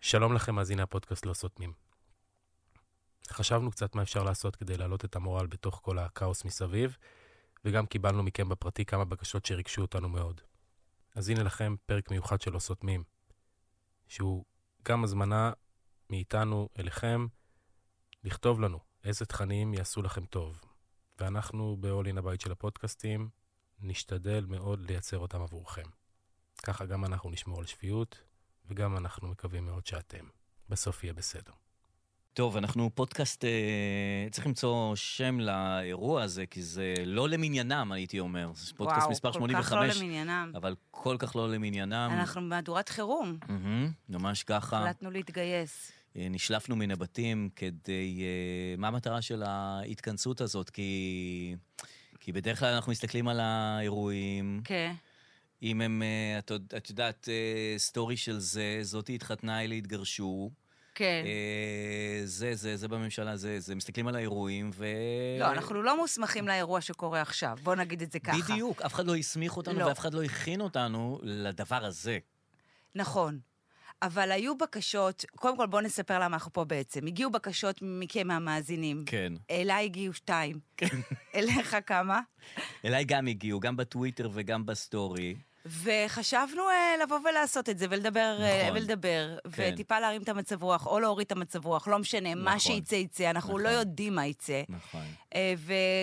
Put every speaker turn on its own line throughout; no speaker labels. שלום לכם, מאזיני הפודקאסט לא סותמים. חשבנו קצת מה אפשר לעשות כדי להעלות את המורל בתוך כל הכאוס מסביב, וגם קיבלנו מכם בפרטי כמה בקשות שריגשו אותנו מאוד. אז הנה לכם פרק מיוחד של לא סותמים, שהוא גם הזמנה מאיתנו אליכם לכתוב לנו איזה תכנים יעשו לכם טוב. ואנחנו ב-all in הבית של הפודקאסטים נשתדל מאוד לייצר אותם עבורכם. ככה גם אנחנו נשמור על שפיות, וגם אנחנו מקווים מאוד שאתם. בסוף יהיה בסדר.
טוב, אנחנו פודקאסט, אה, צריך למצוא שם לאירוע הזה, כי זה לא למניינם, הייתי אומר. זה פודקאסט מספר
וואו, כל כך לא
85,
למניינם.
אבל כל כך לא למניינם.
אנחנו במהדורת חירום.
מהמם, ממש ככה.
החלטנו להתגייס.
אה, נשלפנו מן הבתים כדי... אה, מה המטרה של ההתכנסות הזאת? כי... כי בדרך כלל אנחנו מסתכלים על האירועים,
כן.
אם הם, אה, את, יודע- את יודעת, אה, סטורי של זה, זאתי התחתנה, אלה התגרשו,
כן.
אה, זה, זה, זה בממשלה, זה, זה, מסתכלים על האירועים, ו...
לא, אנחנו לא מוסמכים לאירוע שקורה עכשיו, בוא נגיד את זה ככה.
בדיוק, אף אחד לא הסמיך אותנו
לא.
ואף אחד לא הכין אותנו לדבר הזה.
נכון. אבל היו בקשות, קודם כל בואו נספר למה אנחנו פה בעצם. הגיעו בקשות מכם מהמאזינים.
כן.
אליי הגיעו שתיים. אליך כמה?
אליי גם הגיעו, גם בטוויטר וגם בסטורי.
וחשבנו אה, לבוא ולעשות את זה, ולדבר, אה,
נכון.
ולדבר,
כן.
וטיפה להרים את המצב רוח, או להוריד את המצב רוח, לא משנה,
נכון.
מה שיצא יצא, אנחנו
נכון.
לא יודעים מה יצא.
נכון.
אה,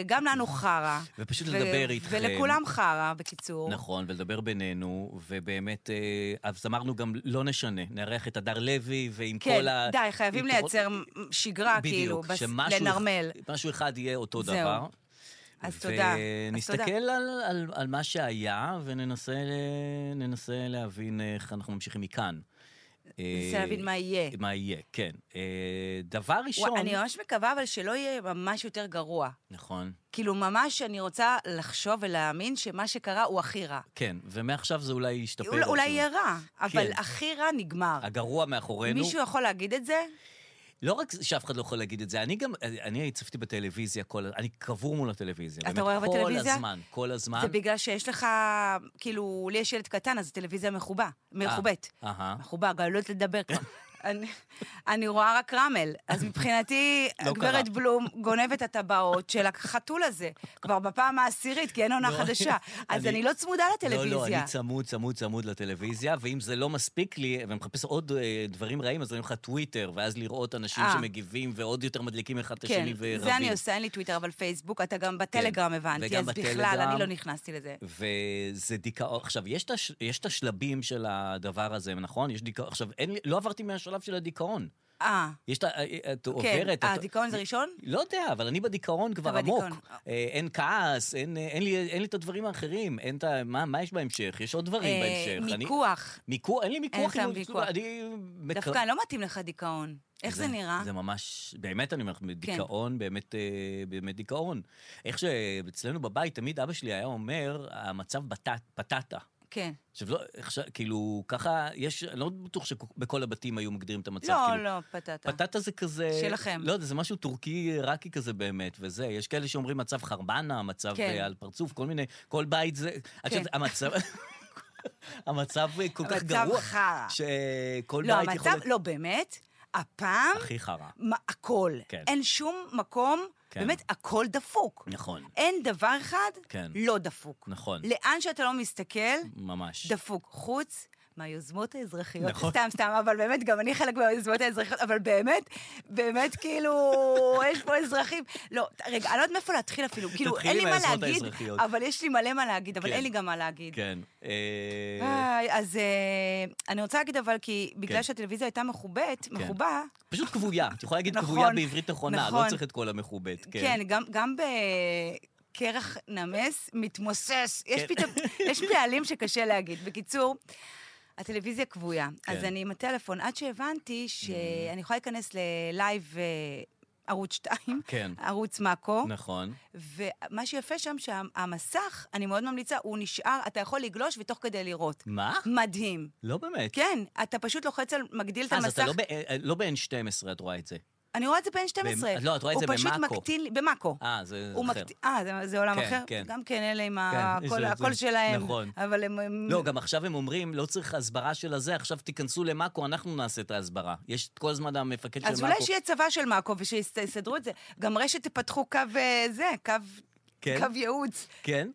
וגם לנו חרא.
ופשוט
ו-
נכון. לדבר איתכם.
ולכולם חרא, בקיצור.
נכון, ולדבר בינינו, ובאמת, אה, אז אמרנו גם, לא נשנה, נארח את הדר לוי, ועם
כן,
כל ה...
די, חייבים
עם כל-
לייצר מ- שגרה, כאילו,
בדיוק,
בס-
שמשהו-
לנרמל.
משהו אחד יהיה אותו
זהו.
דבר.
אז תודה, אז
ונסתכל על, על, על מה שהיה, וננסה ל- ננסה להבין אה, איך אנחנו ממשיכים מכאן.
ננסה
אה,
להבין מה יהיה.
מה יהיה, כן. אה, דבר ראשון...
וואי, אני ממש מקווה, אבל שלא יהיה ממש יותר גרוע.
נכון.
כאילו, ממש אני רוצה לחשוב ולהאמין שמה שקרה הוא הכי רע.
כן, ומעכשיו זה אולי ישתפר.
אולי- אולי
איכשהו.
יהיה רע, אבל
כן.
הכי רע נגמר.
הגרוע מאחורינו.
מישהו יכול להגיד את זה?
לא רק שאף אחד לא יכול להגיד את זה, אני גם, אה, אני צפיתי בטלוויזיה כל הזמן, אני קבור מול הטלוויזיה.
אתה
באמת,
רואה בטלוויזיה?
כל הזמן, כל הזמן.
זה בגלל שיש לך, כאילו, לי יש ילד קטן, אז הטלוויזיה
אה.
מחובה, מחובאת.
אהה.
מחובה, גם לא יודעת לדבר כבר. אני- אני רואה רק רמל, אז מבחינתי,
לא
הגברת
קרה.
בלום גונבת הטבעות של החתול הזה, כבר בפעם העשירית, כי אין עונה
לא,
חדשה. אז אני לא צמודה
לא, לא,
לטלוויזיה.
אני צמוד, צמוד, צמוד לטלוויזיה, ואם זה לא מספיק לי, ומחפש עוד אה, דברים רעים, אז אני אומר לך טוויטר, ואז לראות אנשים
אה.
שמגיבים ועוד יותר מדליקים אחד את
כן,
השני ורבים.
זה אני עושה, אין לי טוויטר, אבל פייסבוק, אתה גם בטלגרם הבנתי,
כן, וגם
אז בכלל,
בטלגרם.
אני לא נכנסתי לזה.
וזה דיכאון. עכשיו, יש את, הש... יש את השלבים של הדבר הזה, נכון? יש דיכאון. עכשיו, אין לי... לא עברתי מהשלב של הדיכאון.
אה,
יש את ה... את
כן,
עוברת...
אה,
את...
הדיכאון זה ראשון?
לא יודע, אבל אני בדיכאון כבר עמוק.
בדיכאון.
אה, אין כעס, אין, אה, אין, לי, אין לי את הדברים האחרים. אין את ה... מה, מה יש בהמשך? יש עוד דברים
אה,
בהמשך. אני-
מיקוח.
מיקוח, אין לי מיקוח.
אין
עם-
לך מיקוח.
אני... מק-
דווקא לא מתאים לך דיכאון. איך זה נראה? כן.
זה ממש, באמת אני אומר לך, דיכאון, באמת, אה, באמת דיכאון. איך שאצלנו בבית, תמיד אבא שלי היה אומר, המצב בטט, פטטה.
כן.
עכשיו, לא, עכשיו, כאילו, ככה, יש, אני לא בטוח שבכל הבתים היו מגדירים את המצב.
לא,
כאילו,
לא, פטטה.
פטטה זה כזה...
שלכם.
לא יודע, זה משהו טורקי עיראקי כזה באמת, וזה. יש כאלה שאומרים מצב חרבנה, מצב
כן.
אה, על פרצוף, כל מיני, כל בית זה... את יודעת, המצב... המצב אה, כל כך
המצב
גרוע.
חרא.
שכל
לא,
בית יכול...
המצב, לא, באמת, הפעם,
הכי חרא.
מה- הכל.
כן.
אין שום מקום,
כן.
באמת, הכל דפוק.
נכון,
אין דבר אחד
כן.
לא דפוק.
נכון.
לאן שאתה לא מסתכל,
ממש.
דפוק. חוץ מהיוזמות האזרחיות.
נכון.
סתם, סתם, אבל באמת, גם אני חלק מהיוזמות האזרחיות, אבל באמת, באמת, כאילו, יש פה אזרחים. לא, רגע, אני לא יודעת מאיפה להתחיל אפילו. כאילו,
תתחילי
אין לי מה
מהיוזמות
להגיד,
האזרחיות.
אבל יש לי מלא מה להגיד, אבל
כן.
אין לי גם מה להגיד.
כן. אה,
איי, אז אה, אני רוצה להגיד אבל, כי
כן.
בגלל שהטלוויזיה הייתה מחובאת, מחובה,
פשוט כבויה. את יכולה להגיד
נכון,
כבויה בעברית נכונה, לא
נכון.
צריך את כל המכובד.
כן, גם- גם בקרח נמס מתמוסס. יש
כן.
פתאום, יש פעלים שקשה להגיד. בקיצור, הטלוויזיה כבויה.
כן.
אז אני עם הטלפון, עד
Mm.
שהבנתי שאני יכולה להיכנס ללייב אה, ערוץ 2,
כן.
ערוץ מאקו.
נכון.
ומה שיפה שם, שהמסך, אני מאוד ממליצה, הוא נשאר, אתה יכול לגלוש ותוך כדי לראות.
מה?
מדהים.
לא באמת. אה,
כן, אתה פשוט לוחץ על, מגדיל את המסך.
אז אתה לא ב- אה, לא ב-N12 את רואה את זה.
אני רואה את זה בין 12.
במ- את לא, את רואה את זה
הוא
במאקו.
פשוט מקטין לי, במאקו.
אה, זה
הוא
אחר.
מקט... אה, זה, זה עולם
כן,
אחר?
כן.
גם כן, אלה עם
כן,
ה-
יש
הקול,
זה-
הקול
זה-
שלהם.
נכון.
אבל הם... הם-
לא, גם עכשיו הם אומרים, לא צריך הסברה של הזה, עכשיו תיכנסו למאקו, אנחנו נעשה את ההסברה. יש כל הזמן המפקד של מאקו.
אז אולי שיהיה צבא של מאקו ושיסדרו את זה. גם רשת תפתחו קו אה, זה, קו,
כן,
קו ייעוץ.
כן.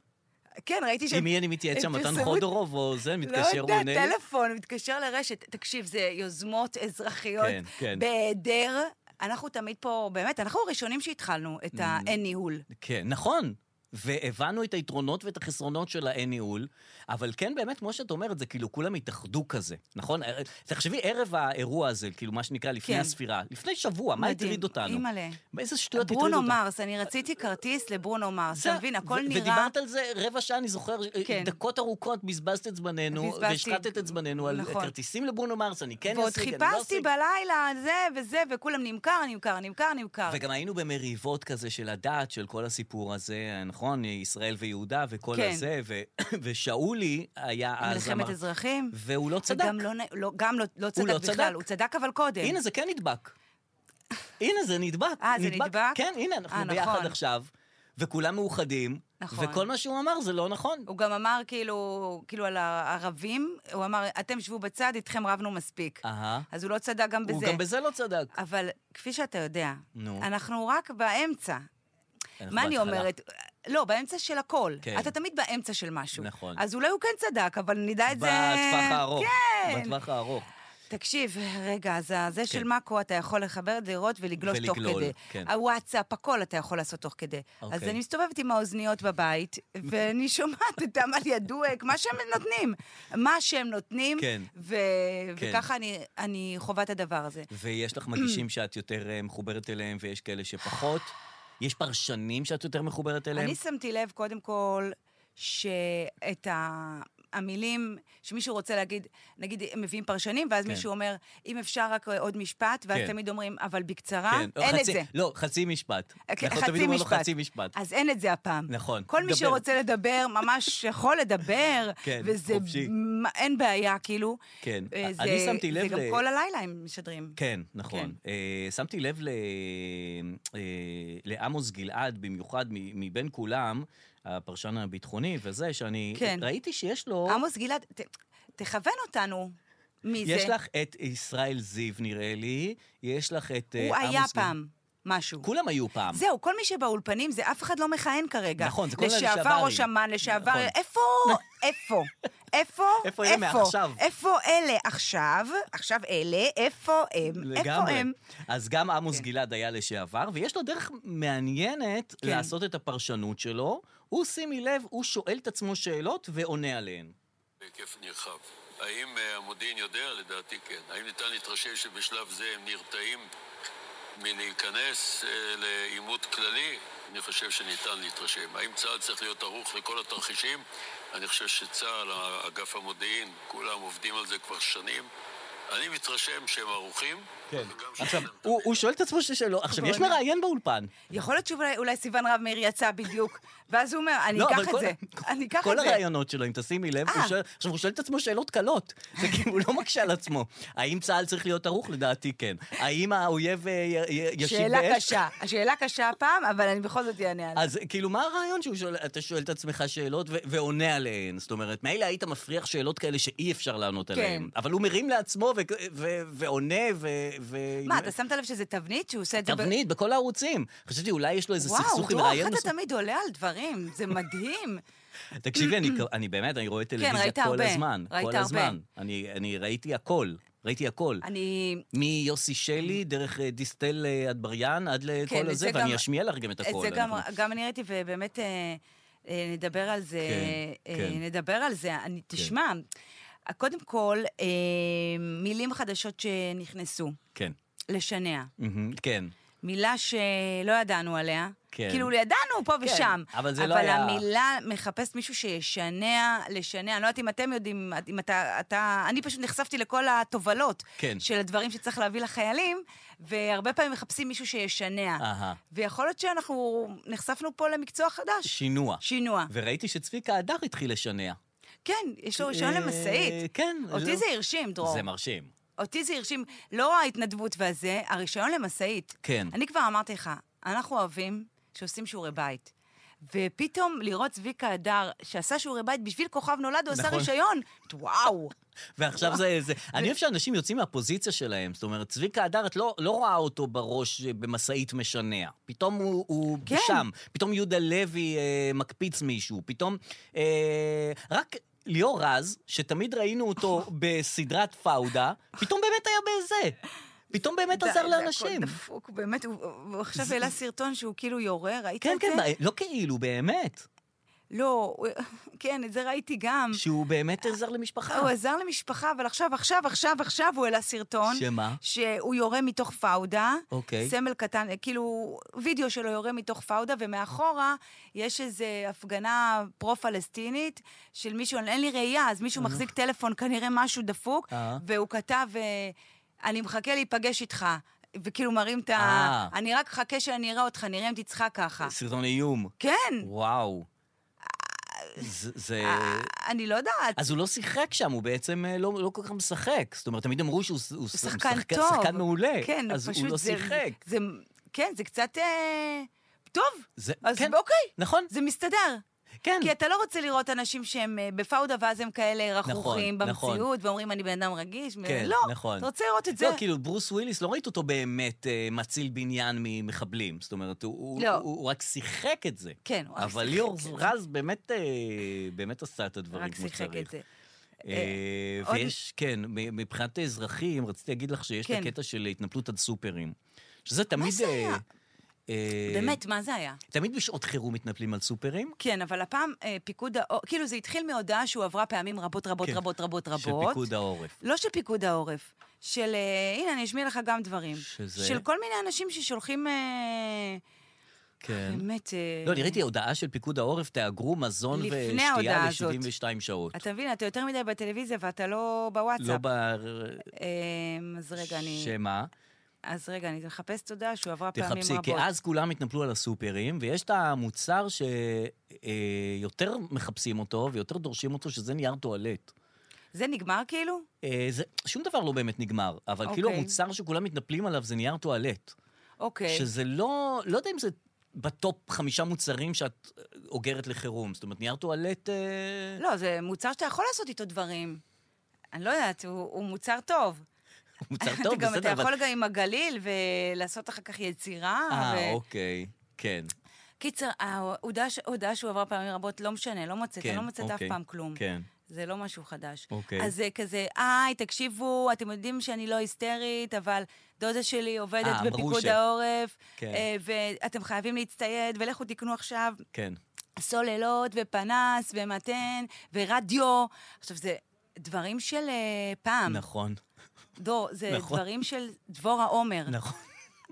כן, ראיתי
עם מי אני מתייעץ שם? מתן
פרסמו-
חודורוב או זה? מתקשר,
לא
הוא עונה
יודע,
לי?
טלפון, מתקשר לרשת. תקשיב, זה יוזמות אזרחיות.
כן, כן.
בהיעדר, אנחנו תמיד פה, באמת, אנחנו הראשונים שהתחלנו את
Mm.
האין ניהול.
כן, נכון. והבנו את היתרונות ואת החסרונות של האין ניהול, אבל כן, באמת, כמו שאת אומרת, זה כאילו כולם התאחדו כזה, נכון? תחשבי, ערב האירוע הזה, כאילו, מה שנקרא, לפני
כן.
הספירה, לפני שבוע, מה
מדהים.
הטריד אותנו?
אימא'לה.
איזה שטויות הטריד אותנו?
לא, ברונו מרס, אני רציתי כרטיס לברונו מרס, אתה
זה-
מבין? הכל
ו-
נראה...
ודיברת על זה רבע שעה, אני זוכר, אה,
כן.
דקות ארוכות בזבזת את זמננו,
בזבזתי.
והשחטת את זמננו על
נכון.
כרטיסים לברונו מרס, אני כן
ועוד
אני לא
חיפשתי בלילה זה וזה, וכולם נמכר, נמכר, נמכר, נמכר.
וגם היינו במריבות כזה של הדת, של כל הסיפור הזה, נכון? ישראל ויהודה וכל
כן.
הזה, ו- ושאולי היה אז...
מלחמת
אמר-
אזרחים.
והוא לא צדק.
גם לא, נ- לא, גם לא, לא צדק
לא
בכלל,
צדק.
הוא צדק אבל קודם.
הנה, זה כן נדבק. הנה, זה נדבק.
אה, זה נדבק?
כן, הנה, אנחנו
אה,
ביחד
נכון.
עכשיו, וכולם מאוחדים,
נכון.
וכל מה שהוא אמר זה לא נכון.
הוא גם אמר כאילו, כאילו על הערבים, הוא אמר, אתם שבו בצד, איתכם רבנו מספיק.
אהה.
אז הוא לא צדק גם בזה.
אה. הוא גם בזה לא צדק.
אבל כפי שאתה יודע,
נו.
אנחנו רק באמצע.
אנחנו
מה אני
בהתחלה.
אומרת? לא, באמצע של הכל.
כן.
אתה תמיד באמצע של משהו.
נכון.
אז אולי הוא כן צדק, אבל נדע את זה...
בטווח הארוך.
כן.
בטווח הארוך.
תקשיב, רגע, אז זה של מאקו, אתה יכול לחבר, לראות ולגלוש תוך
כן. ולגלול,
כדי.
כן.
הוואטסאפ, הכל אתה יכול לעשות תוך כדי. אז
אוקיי.
אני מסתובבת עם האוזניות בבית, ואני שומעת את עמל ידואק, מה שהם נותנים. מה שהם נותנים,
כן.
ו-
כן.
וככה אני- אני חווה את הדבר הזה.
ויש לך מגישים שאת יותר אה, מחוברת אליהם, ויש כאלה שפחות. יש פרשנים שאת יותר מחוברת אליהם.
אני שמתי לב, קודם כל, שאת ה... המילים שמישהו רוצה להגיד, נגיד הם מביאים פרשנים, ואז
כן.
כן. מישהו אומר, אם אפשר רק עוד משפט, ואז
כן.
כן. תמיד אומרים, אבל בקצרה, כן. אין
חצי,
את זה.
לא, חצי משפט.
כן,
אנחנו תמיד
חצי
אומרים לו
משפט.
חצי משפט.
אז אין את זה הפעם.
נכון,
כל מי
דבר.
שרוצה לדבר, ממש יכול לדבר,
כן,
וזה...
חופשי.
מ- אין בעיה, כאילו.
כן,
אה,
אני
זה-
שמתי לב
זה גם
ל-
כל הלילה הם משדרים.
כן, נכון. אה, שמתי לב ל- אה, לעמוס גלעד, במיוחד מ- מבין כולם, הפרשן הביטחוני וזה, שאני
כן.
ראיתי שיש לו...
עמוס גלעד, ת- תכוון אותנו מי זה.
יש לך את ישראל זיו, נראה לי, יש לך את אה, עמוס
הוא היה
גלעד.
פעם משהו.
כולם היו פעם.
זהו, כל מי שבאולפנים, זה אף אחד לא מכהן כרגע.
נכון, זה כל מיני
לשעבר
לשעברים.
ראש אמ"ן, לשעבר...
נכון.
איפה? איפה? איפה?
איפה אלה מעכשיו?
איפה אלה עכשיו? עכשיו אלה, איפה הם? איפה
לגמרי.
הם?
אז גם עמוס
כן.
גלעד היה לשעבר, ויש לו דרך מעניינת
כן.
לעשות את הפרשנות שלו. הוא, שימי לב, הוא שואל את עצמו שאלות ועונה עליהן.
בהיקף נרחב. האם אה, המודיעין יודע? לדעתי כן. האם ניתן להתרשם שבשלב זה הם נרתעים מלהיכנס אה, לעימות כללי? אני חושב שניתן להתרשם. האם צה"ל צריך להיות ערוך לכל התרחישים? אני חושב שצה"ל, אגף המודיעין, כולם עובדים על זה כבר שנים. אני מתרשם שהם ערוכים.
כן.
וגם שיש
עכשיו,
להם את
הוא, הוא שואל את עצמו שאלות. עכשיו, יש
עונה.
מראיין באולפן.
יכול להיות שאולי אולי סיון רב מאיר יצא בדיוק, ואז הוא אומר, אני
לא,
אקח
אבל
את
כל-
זה, אני אקח
כל
את זה.
הרעיונות שלו, אם תשימי לב, הוא
אה.
שואל, עכשיו הוא שואל את עצמו שאלות קלות. זה כאילו, הוא לא מקשה על עצמו. האם צה"ל צריך להיות ערוך? לדעתי כן. האם האויב אה, י- י- ישיב
שאלה
באש?
קשה, השאלה קשה הפעם, אבל אני בכל זאת אענה עליה.
אז כאילו, מה הרעיון שהוא שואל, אתה שואל את עצמך שאלות ו- ועונה עליהן? זאת אומרת, מילא היית מפריח שאלות כאלה שאי אפשר לענות
כן.
עליהן. אבל הוא מרים לעצמו ו- ו- ועונה ו... ו-
מה, אתה שמת לב שזה תבנית שהוא עושה את זה? ב-
תבנית, בכל הערוצים. חשבתי, אולי יש לו איזה סכסוך עם
וואו, דרור,
רעיון
איך אתה
מסוים.
תמיד עולה על דברים, זה מדהים.
תקשיבי, אני- אני באמת, אני רואה טלוויזיה
כן, ראית
כל
הרבה.
הזמן.
ראית
כל
הרבה.
הזמן. אני אני ראיתי הכל. ראיתי הכל.
אני...
מיוסי שלי, דרך אה, דיסטל אה, אטבריאן, עד
כן,
לכל
את
הזה,
זה
ואני
גם-
אשמיע לך גם את
את
הכל.
זה גם,
אנחנו-
גם אני ראיתי, ובאמת אה, אה, נדבר על זה.
כן,
אה,
כן.
נדבר על זה. אני, תשמע, קודם כל, אה, מילים חדשות שנכנסו,
כן.
לשנע.
מהמם, כן.
מילה שלא ידענו עליה.
כן.
כאילו, ידענו פה ושם.
אבל זה לא היה-
אבל המילה מחפשת מישהו שישנע, לשנע. אני לא יודעת אם אתם יודעים, אם אתה... אתה אני פשוט נחשפתי לכל התובלות
כן.
של הדברים שצריך להביא לחיילים, והרבה פעמים מחפשים מישהו שישנע.
אהה.
ויכול להיות שאנחנו נחשפנו פה למקצוע חדש.
שינוע.
שינוע.
וראיתי שצביקה הדר התחיל לשנע.
כן, יש לו רישיון
אה,
למשאית.
כן.
אותי
לא-
זה הרשים, דרור.
זה מרשים.
אותי זה הרשים, לא ההתנדבות והזה, הרישיון למשאית.
כן.
אני כבר אמרתי לך, אנחנו אוהבים שעושים שיעורי בית. ופתאום לראות צביקה הדר, שעשה שיעורי בית בשביל כוכב נולד, הוא עשה
נכון.
רישיון. וואו.
ועכשיו זה... זה... אני אוהב שאנשים יוצאים מהפוזיציה שלהם. זאת אומרת, צביקה הדר, את לא, לא רואה אותו בראש אה, במשאית משנע. פתאום הוא, הוא
כן.
שם. פתאום יהודה לוי אה, מקפיץ מישהו. פתאום... אה, רק... ליאור רז, שתמיד ראינו אותו בסדרת פאודה, פתאום באמת היה בזה. פתאום באמת
די,
עזר
זה הכל
לאנשים.
דפוק, באמת, הוא- הוא הוא עכשיו
זה-
העלה סרטון שהוא כאילו יורה, ראית
כן,
את זה?
כן, מה- לא כאילו, באמת.
לא, הוא- כן, את זה ראיתי גם.
שהוא באמת עזר למשפחה.
אה, הוא עזר למשפחה, אבל עכשיו, עכשיו, עכשיו, עכשיו הוא העלה סרטון.
שמה?
שהוא יורה מתוך פאודה.
אוקיי.
סמל קטן, כאילו, וידאו שלו יורה מתוך פאודה, ומאחורה יש איזו הפגנה פרו-פלסטינית של מישהו, אין לי ראייה, אז מישהו מחזיק טלפון, כנראה משהו דפוק,
אה.
והוא כתב, אה, אני מחכה להיפגש איתך. וכאילו מראים את ה...
אה.
אני רק אחכה שאני אראה אותך, נראה אם תצחק ככה.
סרטון איום.
כן,
וואו. זה... זה-
אה, אני לא יודעת.
אז הוא לא שיחק שם, הוא בעצם אה, לא, לא כל כך משחק. זאת אומרת, תמיד אמרו שהוא הוא
הוא
ש-
שחקן
שחק-
טוב.
שחקן מעולה.
כן,
אז
פשוט
הוא לא
זה-
שיחק.
זה, כן, זה קצת... אה, טוב,
זה,
אז
כן,
אוקיי,
נכון,
זה מסתדר.
כן.
כי אתה לא רוצה לראות אנשים שהם אה, בפאודה ואז הם כאלה רכרוכים
נכון,
במציאות, ואומרים, אני בן אדם רגיש.
כן,
לא,
נכון.
אתה רוצה לראות את זה.
לא, כאילו, ברוס וויליס, לא ראית אותו באמת אה, מציל בניין ממחבלים. זאת אומרת, הוא, הוא,
לא.
הוא, הוא רק שיחק את זה.
כן, הוא רק
אבל
שיחק
ליאור
את זה.
רז באמת, אה, באמת עשה את הדברים
רק
כמו
שיחק
שצריך.
את זה.
אה,
עוד-
ויש, כן, מ- מבחינת אזרחים, רציתי להגיד לך שיש את
כן.
הקטע של התנפלות על סופרים. שזה תמיד...
זה היה?
אה, אה,
באמת, מה זה היה?
תמיד בשעות חירום מתנפלים על סופרים.
כן, אבל הפעם אה, פיקוד העורף, כאילו זה התחיל מהודעה שהועברה פעמים רבות רבות
כן.
רבות רבות רבות.
של פיקוד העורף.
לא של פיקוד העורף, של... אה, הנה, אני אשמיע לך גם דברים.
שזה?
של כל מיני אנשים ששולחים... אה,
כן.
באמת... אה,
לא, אני ראיתי הודעה של פיקוד העורף, תאגרו מזון
לפני
ושתייה
ההודעה הזאת.
ל-72 שעות.
אתה מבין, אתה יותר מדי בטלוויזיה ואתה לא בוואטסאפ.
לא ב...
אמ, אז רגע, אני...
שמה?
אז רגע, אני מחפשת הודעה שהוא עברה פעמים רבות.
תחפשי, כי אז כולם התנפלו על הסופרים, ויש את המוצר שיותר מחפשים אותו ויותר דורשים אותו, שזה נייר טואלט.
זה נגמר כאילו?
אה, זה, שום דבר לא באמת נגמר, אבל כאילו
אוקיי.
המוצר שכולם מתנפלים עליו זה נייר טואלט.
אוקיי.
שזה לא, לא יודע אם זה בטופ חמישה מוצרים שאת אה, אוגרת לחירום. זאת אומרת, נייר טואלט... אה,
לא, זה מוצר שאתה יכול לעשות איתו דברים. אני לא יודעת, הוא הוא מוצר טוב.
הוא מוצר טוב,
גם אתה
בסדר, אבל...
יכול גם עם הגליל ולעשות אחר כך יצירה.
אה,
ו-
אוקיי, כן.
קיצר, ההודעה ש- ההודעה שהוא עבר פעמים רבות, לא משנה, לא מוצאת, אני
כן,
לא מוצאת אף
אוקיי,
פעם כלום.
כן.
זה לא משהו חדש.
אוקיי.
אז זה כזה, היי, תקשיבו, אתם יודעים שאני לא היסטרית, אבל דודה שלי עובדת
אה, אמרו
בפיקוד
ש-
העורף,
כן.
אה, ואתם חייבים להצטייד, ולכו תקנו עכשיו
כן.
סוללות ופנס ומתן ורדיו. עכשיו, זה דברים של אה, פעם.
נכון,
דור, זה
נכון.
דברים של דבורה עומר.
נכון.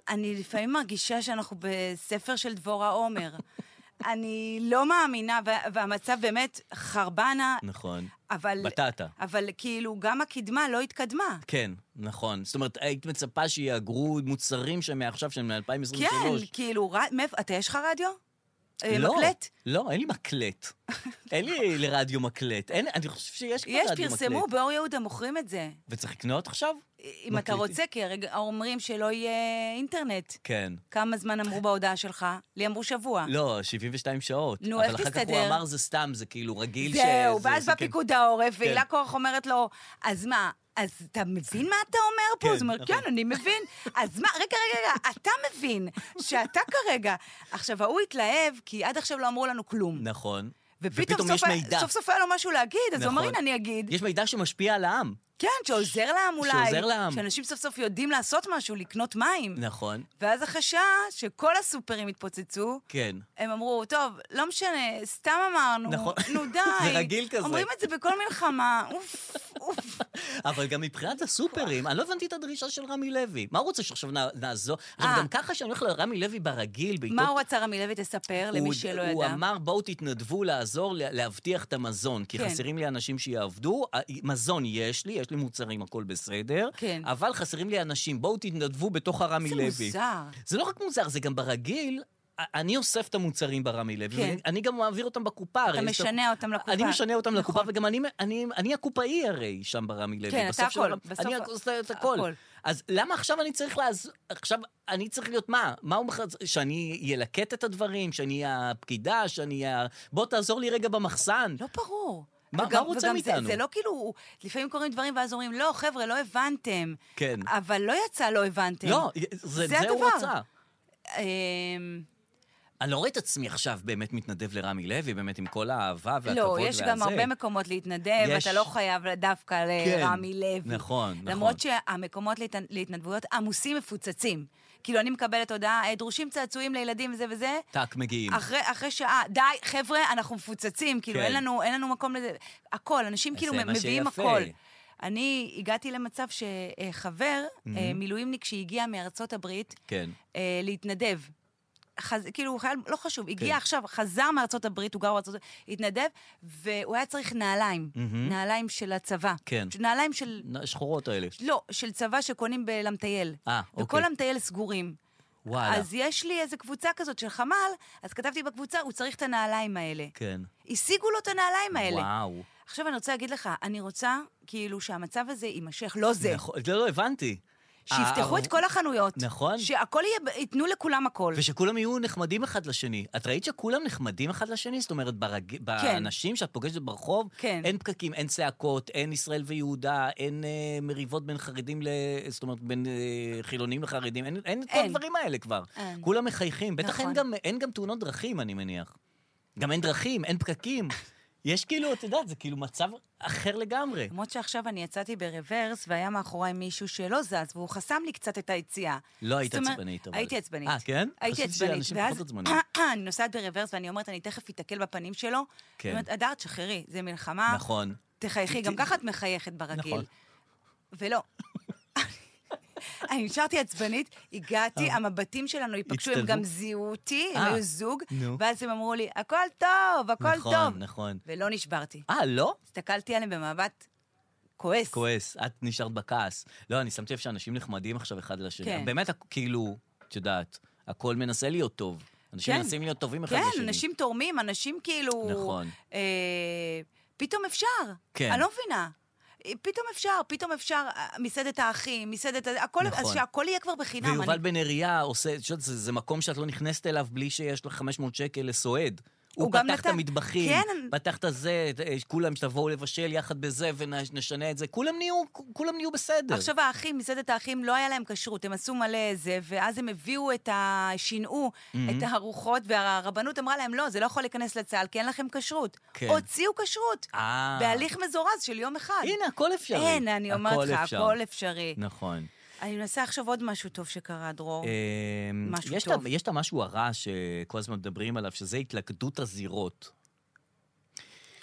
אני לפעמים מרגישה שאנחנו בספר של דבורה עומר. אני לא מאמינה, וה- והמצב באמת חרבנה,
נכון.
אבל...
בטטה.
אבל כאילו, גם הקדמה לא התקדמה.
כן, נכון. זאת אומרת, היית מצפה שיאגרו מוצרים שהם מעכשיו, שהם מ-2023.
כן, כאילו, ר- מאיפה- אתה, יש לך רדיו? אה,
לא,
מקלט?
לא, אין לי מקלט. אין לי לרדיו מקלט. אין, אני חושב שיש כבר
יש,
רדיו מקלט.
פרסמו, באור יהודה מוכרים את זה.
וצריך לקנות עכשיו?
אם אתה
מקליטים.
רוצה, כי הרי אומרים שלא יהיה אינטרנט.
כן.
כמה זמן אמרו בהודעה שלך? לי אמרו שבוע.
לא, 72 שעות.
אה. נו,
אבל
איך
אחר כך הוא
תסתדר?
אמר זה סתם, זה כאילו רגיל ש...
זהו,
זה-
ואז
זה
בא
כן."
פיקוד העורף, והילה
כן.
כוח אומרת לו, אז מה, אז אתה מבין מה אתה אומר פה?
כן,
אז הוא אומר,
נכון.
כן, אני מבין. אז מה, רגע, רגע, רגע, אתה מבין שאתה כרגע... עכשיו, ההוא התלהב, כי עד עכשיו לא אמרו לנו כלום.
נכון.
ופתאום
יש
סוף,
מידע.
סוף סוף היה לו משהו להגיד, אז הוא אומר,
נכון.
הנה, אני אגיד.
יש מידע שמשפיע על העם.
כן, שעוזר להם אולי.
שעוזר להם.
שאנשים סוף סוף יודעים לעשות משהו, לקנות מים.
נכון,
ואז אחרי שעה, שכל הסופרים התפוצצו,
כן.
הם אמרו, טוב, לא משנה, סתם אמרנו,
נכון.
נו די.
זה רגיל כזה.
אומרים את זה בכל מלחמה, אוף, אוף.
אבל גם מבחינת הסופרים, אני לא הבנתי את הדרישה של רמי לוי. מה הוא רוצה שעכשיו נע- נעזור? עכשיו,
אה.
גם ככה שאני הולך לרמי לוי ברגיל, בעיתות...
מה הוא רצה רמי לוי תספר למי שלא
הוא
ידע?
אמר, בואו תתנדבו לעזור לה- להבטיח את המזון, כי
כן.
חסרים לי אנשים שיעבדו. ה- מזון יש לי, יש לי מוצרים, הכל בסדר,
כן.
אבל חסרים לי אנשים, בואו תתנדבו בתוך הרמי
זה
לוי.
מוזר.
זה לא רק מוזר, זה גם ברגיל. אני אוסף את המוצרים ברמי לוי,
כן.
ואני גם מעביר אותם בקופה. הרי.
אתה משנע אותם לקופה.
אני משנה אותם לקופה, וגם אני- אני- אני הקופאי הרי שם ברמי לוי.
כן,
בסוף
אתה
של
הכל,
הרמ-
בסוף
אני
ה-
עושה את הכל.
הכל.
אז למה עכשיו אני צריך לעז... עכשיו, אני צריך להיות מה? מה הוא מחז... שאני ילקט את הדברים? שאני אהיה הפקידה? שאני אהיה... בוא תעזור לי רגע במחסן.
לא ברור.
מה-
וגם-
מה הוא רוצה
וגם זה-
מאיתנו?
זה לא כאילו, לפעמים קורים דברים ואז אומרים, לא, חבר'ה, לא הבנתם.
כן.
אבל לא יצא לא הבנתם.
לא, זה,
זה
זה הוא
הדבר.
רצה.
אמ,
אני לא רואה את עצמי עכשיו באמת מתנדב לרמי לוי, באמת עם כל האהבה והכבוד
לא,
והזה.
יש גם הרבה מקומות להתנדב,
יש.
אתה לא חייב דווקא
כן,
לרמי לוי.
נכון, נכון.
למרות שהמקומות להתנ- להתנדבויות עמוסים מפוצצים. כאילו, אני מקבלת הודעה, "אה, דרושים צעצועים לילדים וזה וזה.
טאק מגיעים.
אחרי, אחרי שעה, די, חבר'ה, אנחנו מפוצצים, כאילו,
כן.
כן. אין, לנו, אין לנו מקום לזה. הכל, אנשים
אז
כאילו
זה
מ-
מה
מביאים
שיפה.
הכל. אני הגעתי למצב שחבר, mm-hmm. מילואימניק שהגיע מארצות הברית,
כן.
אה, להתנדב. חז... כאילו, הוא חייל, לא חשוב, הגיע
כן.
כן. עכשיו, חזר מארצות הברית, הוא גר בארצות הברית, התנדב, והוא היה צריך נעליים,
מהמם.
mm-hmm. נעליים של הצבא.
כן.
נעליים של...
השחורות האלה.
לא, של צבא שקונים בלמטייל.
אה,
וכל
אוקיי.
למטייל סגורים.
וואלה.
אז יש לי איזו קבוצה כזאת של חמ"ל, אז כתבתי בקבוצה, הוא צריך את הנעליים האלה.
כן.
השיגו לו את הנעליים האלה.
וואו.
עכשיו אני רוצה להגיד לך, אני רוצה כאילו שהמצב הזה יימשך, לא זה.
נכון, זה לא הבנתי.
שיפתחו
אה,
את כל החנויות.
נכון.
שהכל יהיה, ייתנו לכולם הכל.
ושכולם יהיו נחמדים אחד לשני. את ראית שכולם נחמדים אחד לשני? זאת אומרת, ברג... באנשים שאת פוגשת ברחוב,
כן.
אין פקקים, אין צעקות, אין ישראל ויהודה, אין אה, מריבות בין חרדים ל... זאת אומרת, בין אה, חילונים לחרדים, אין, אין, את כל
אין.
הדברים האלה כבר.
אין.
כולם מחייכים. בטח אין
נכון.
גם, אין גם תאונות דרכים, אני מניח. גם אין דרכים, אין פקקים. יש כאילו, את יודעת, זה כאילו מצב אחר לגמרי.
למרות שעכשיו אני יצאתי ברוורס, והיה מאחוריי מישהו שלא זז, והוא חסם לי קצת את היציאה.
לא היית
זאת אומרת,
עצבנית, אבל.
הייתי עצבנית.
אה, כן?
הייתי
חשבתי
עצבנית.
שאנשים
ואז
פחות עצבנים.
אני נוסעת ברוורס, ואני אומרת, אני תכף אתקל בפנים שלו.
כן.
אני אומרת, אדר, תשחררי, זה מלחמה.
נכון.
תחייכי, גם ככה את מחייכת
נכון.
ברגיל. ולא. אני נשארתי עצבנית, הגעתי, המבטים שלנו ייפגשו, הם
אה. הצטלבו?
גם זיהו אותי, הם
אה,
היו זוג,
נו.
ואז הם אמרו לי, הכל טוב, הכל
נכון,
טוב.
נכון.
ולא נשברתי.
אה, לא?
הסתכלתי עליהם במבט כועס.
כועס, את נשארת בכעס. לא, אני שמתי לב שאנשים נחמדים עכשיו אחד לשני.
כן.
באמת, הכ- כאילו, את יודעת, הכל מנסה להיות טוב. אנשים
כן.
מנסים להיות טובים אחד
כן,
לשני.
אנשים תורמים, אנשים כאילו...
נכון.
אה, פתאום אפשר.
כן.
אני לא מבינה. אה, פתאום אפשר, פתאום אפשר, אה, מסעדת האחים, מסעדת... ה- הכל,
נכון.
אז שהכל יהיה כבר בחינם.
ויובל
אני-
בן אריה עושה, את יודעת, זה, זה מקום שאת לא נכנסת אליו בלי שיש לך 500 שקל לסועד. הוא,
הוא
פתח
גם
את
נתן-
המטבחים,
כן.
פתח את הזה, את- אה, כולם שתבואו לבשל יחד בזה ונשנה את זה. כולם נהיו, כולם נהיו בסדר.
עכשיו האחים, מסעדת האחים, לא היה להם כשרות, הם עשו מלא זה, ואז הם הביאו את ה... שינעו
Mm-hmm.
את הארוחות, והרבנות אמרה להם, לא, זה לא יכול להיכנס לצה"ל, כי אין לכם כשרות.
כן.
הוציאו כשרות.
אה.
בהליך מזורז של יום אחד.
הנה, הכל אפשרי.
אין, אני אומרת
הכל
לך,
אפשר.
הכל אפשרי.
נכון.
אני מנסה עכשיו עוד משהו טוב שקרה, דרור.
אמ,
משהו
יש
טוב.
את ה- יש את המשהו הרע שכל הזמן מדברים עליו, שזה התלכדות הזירות.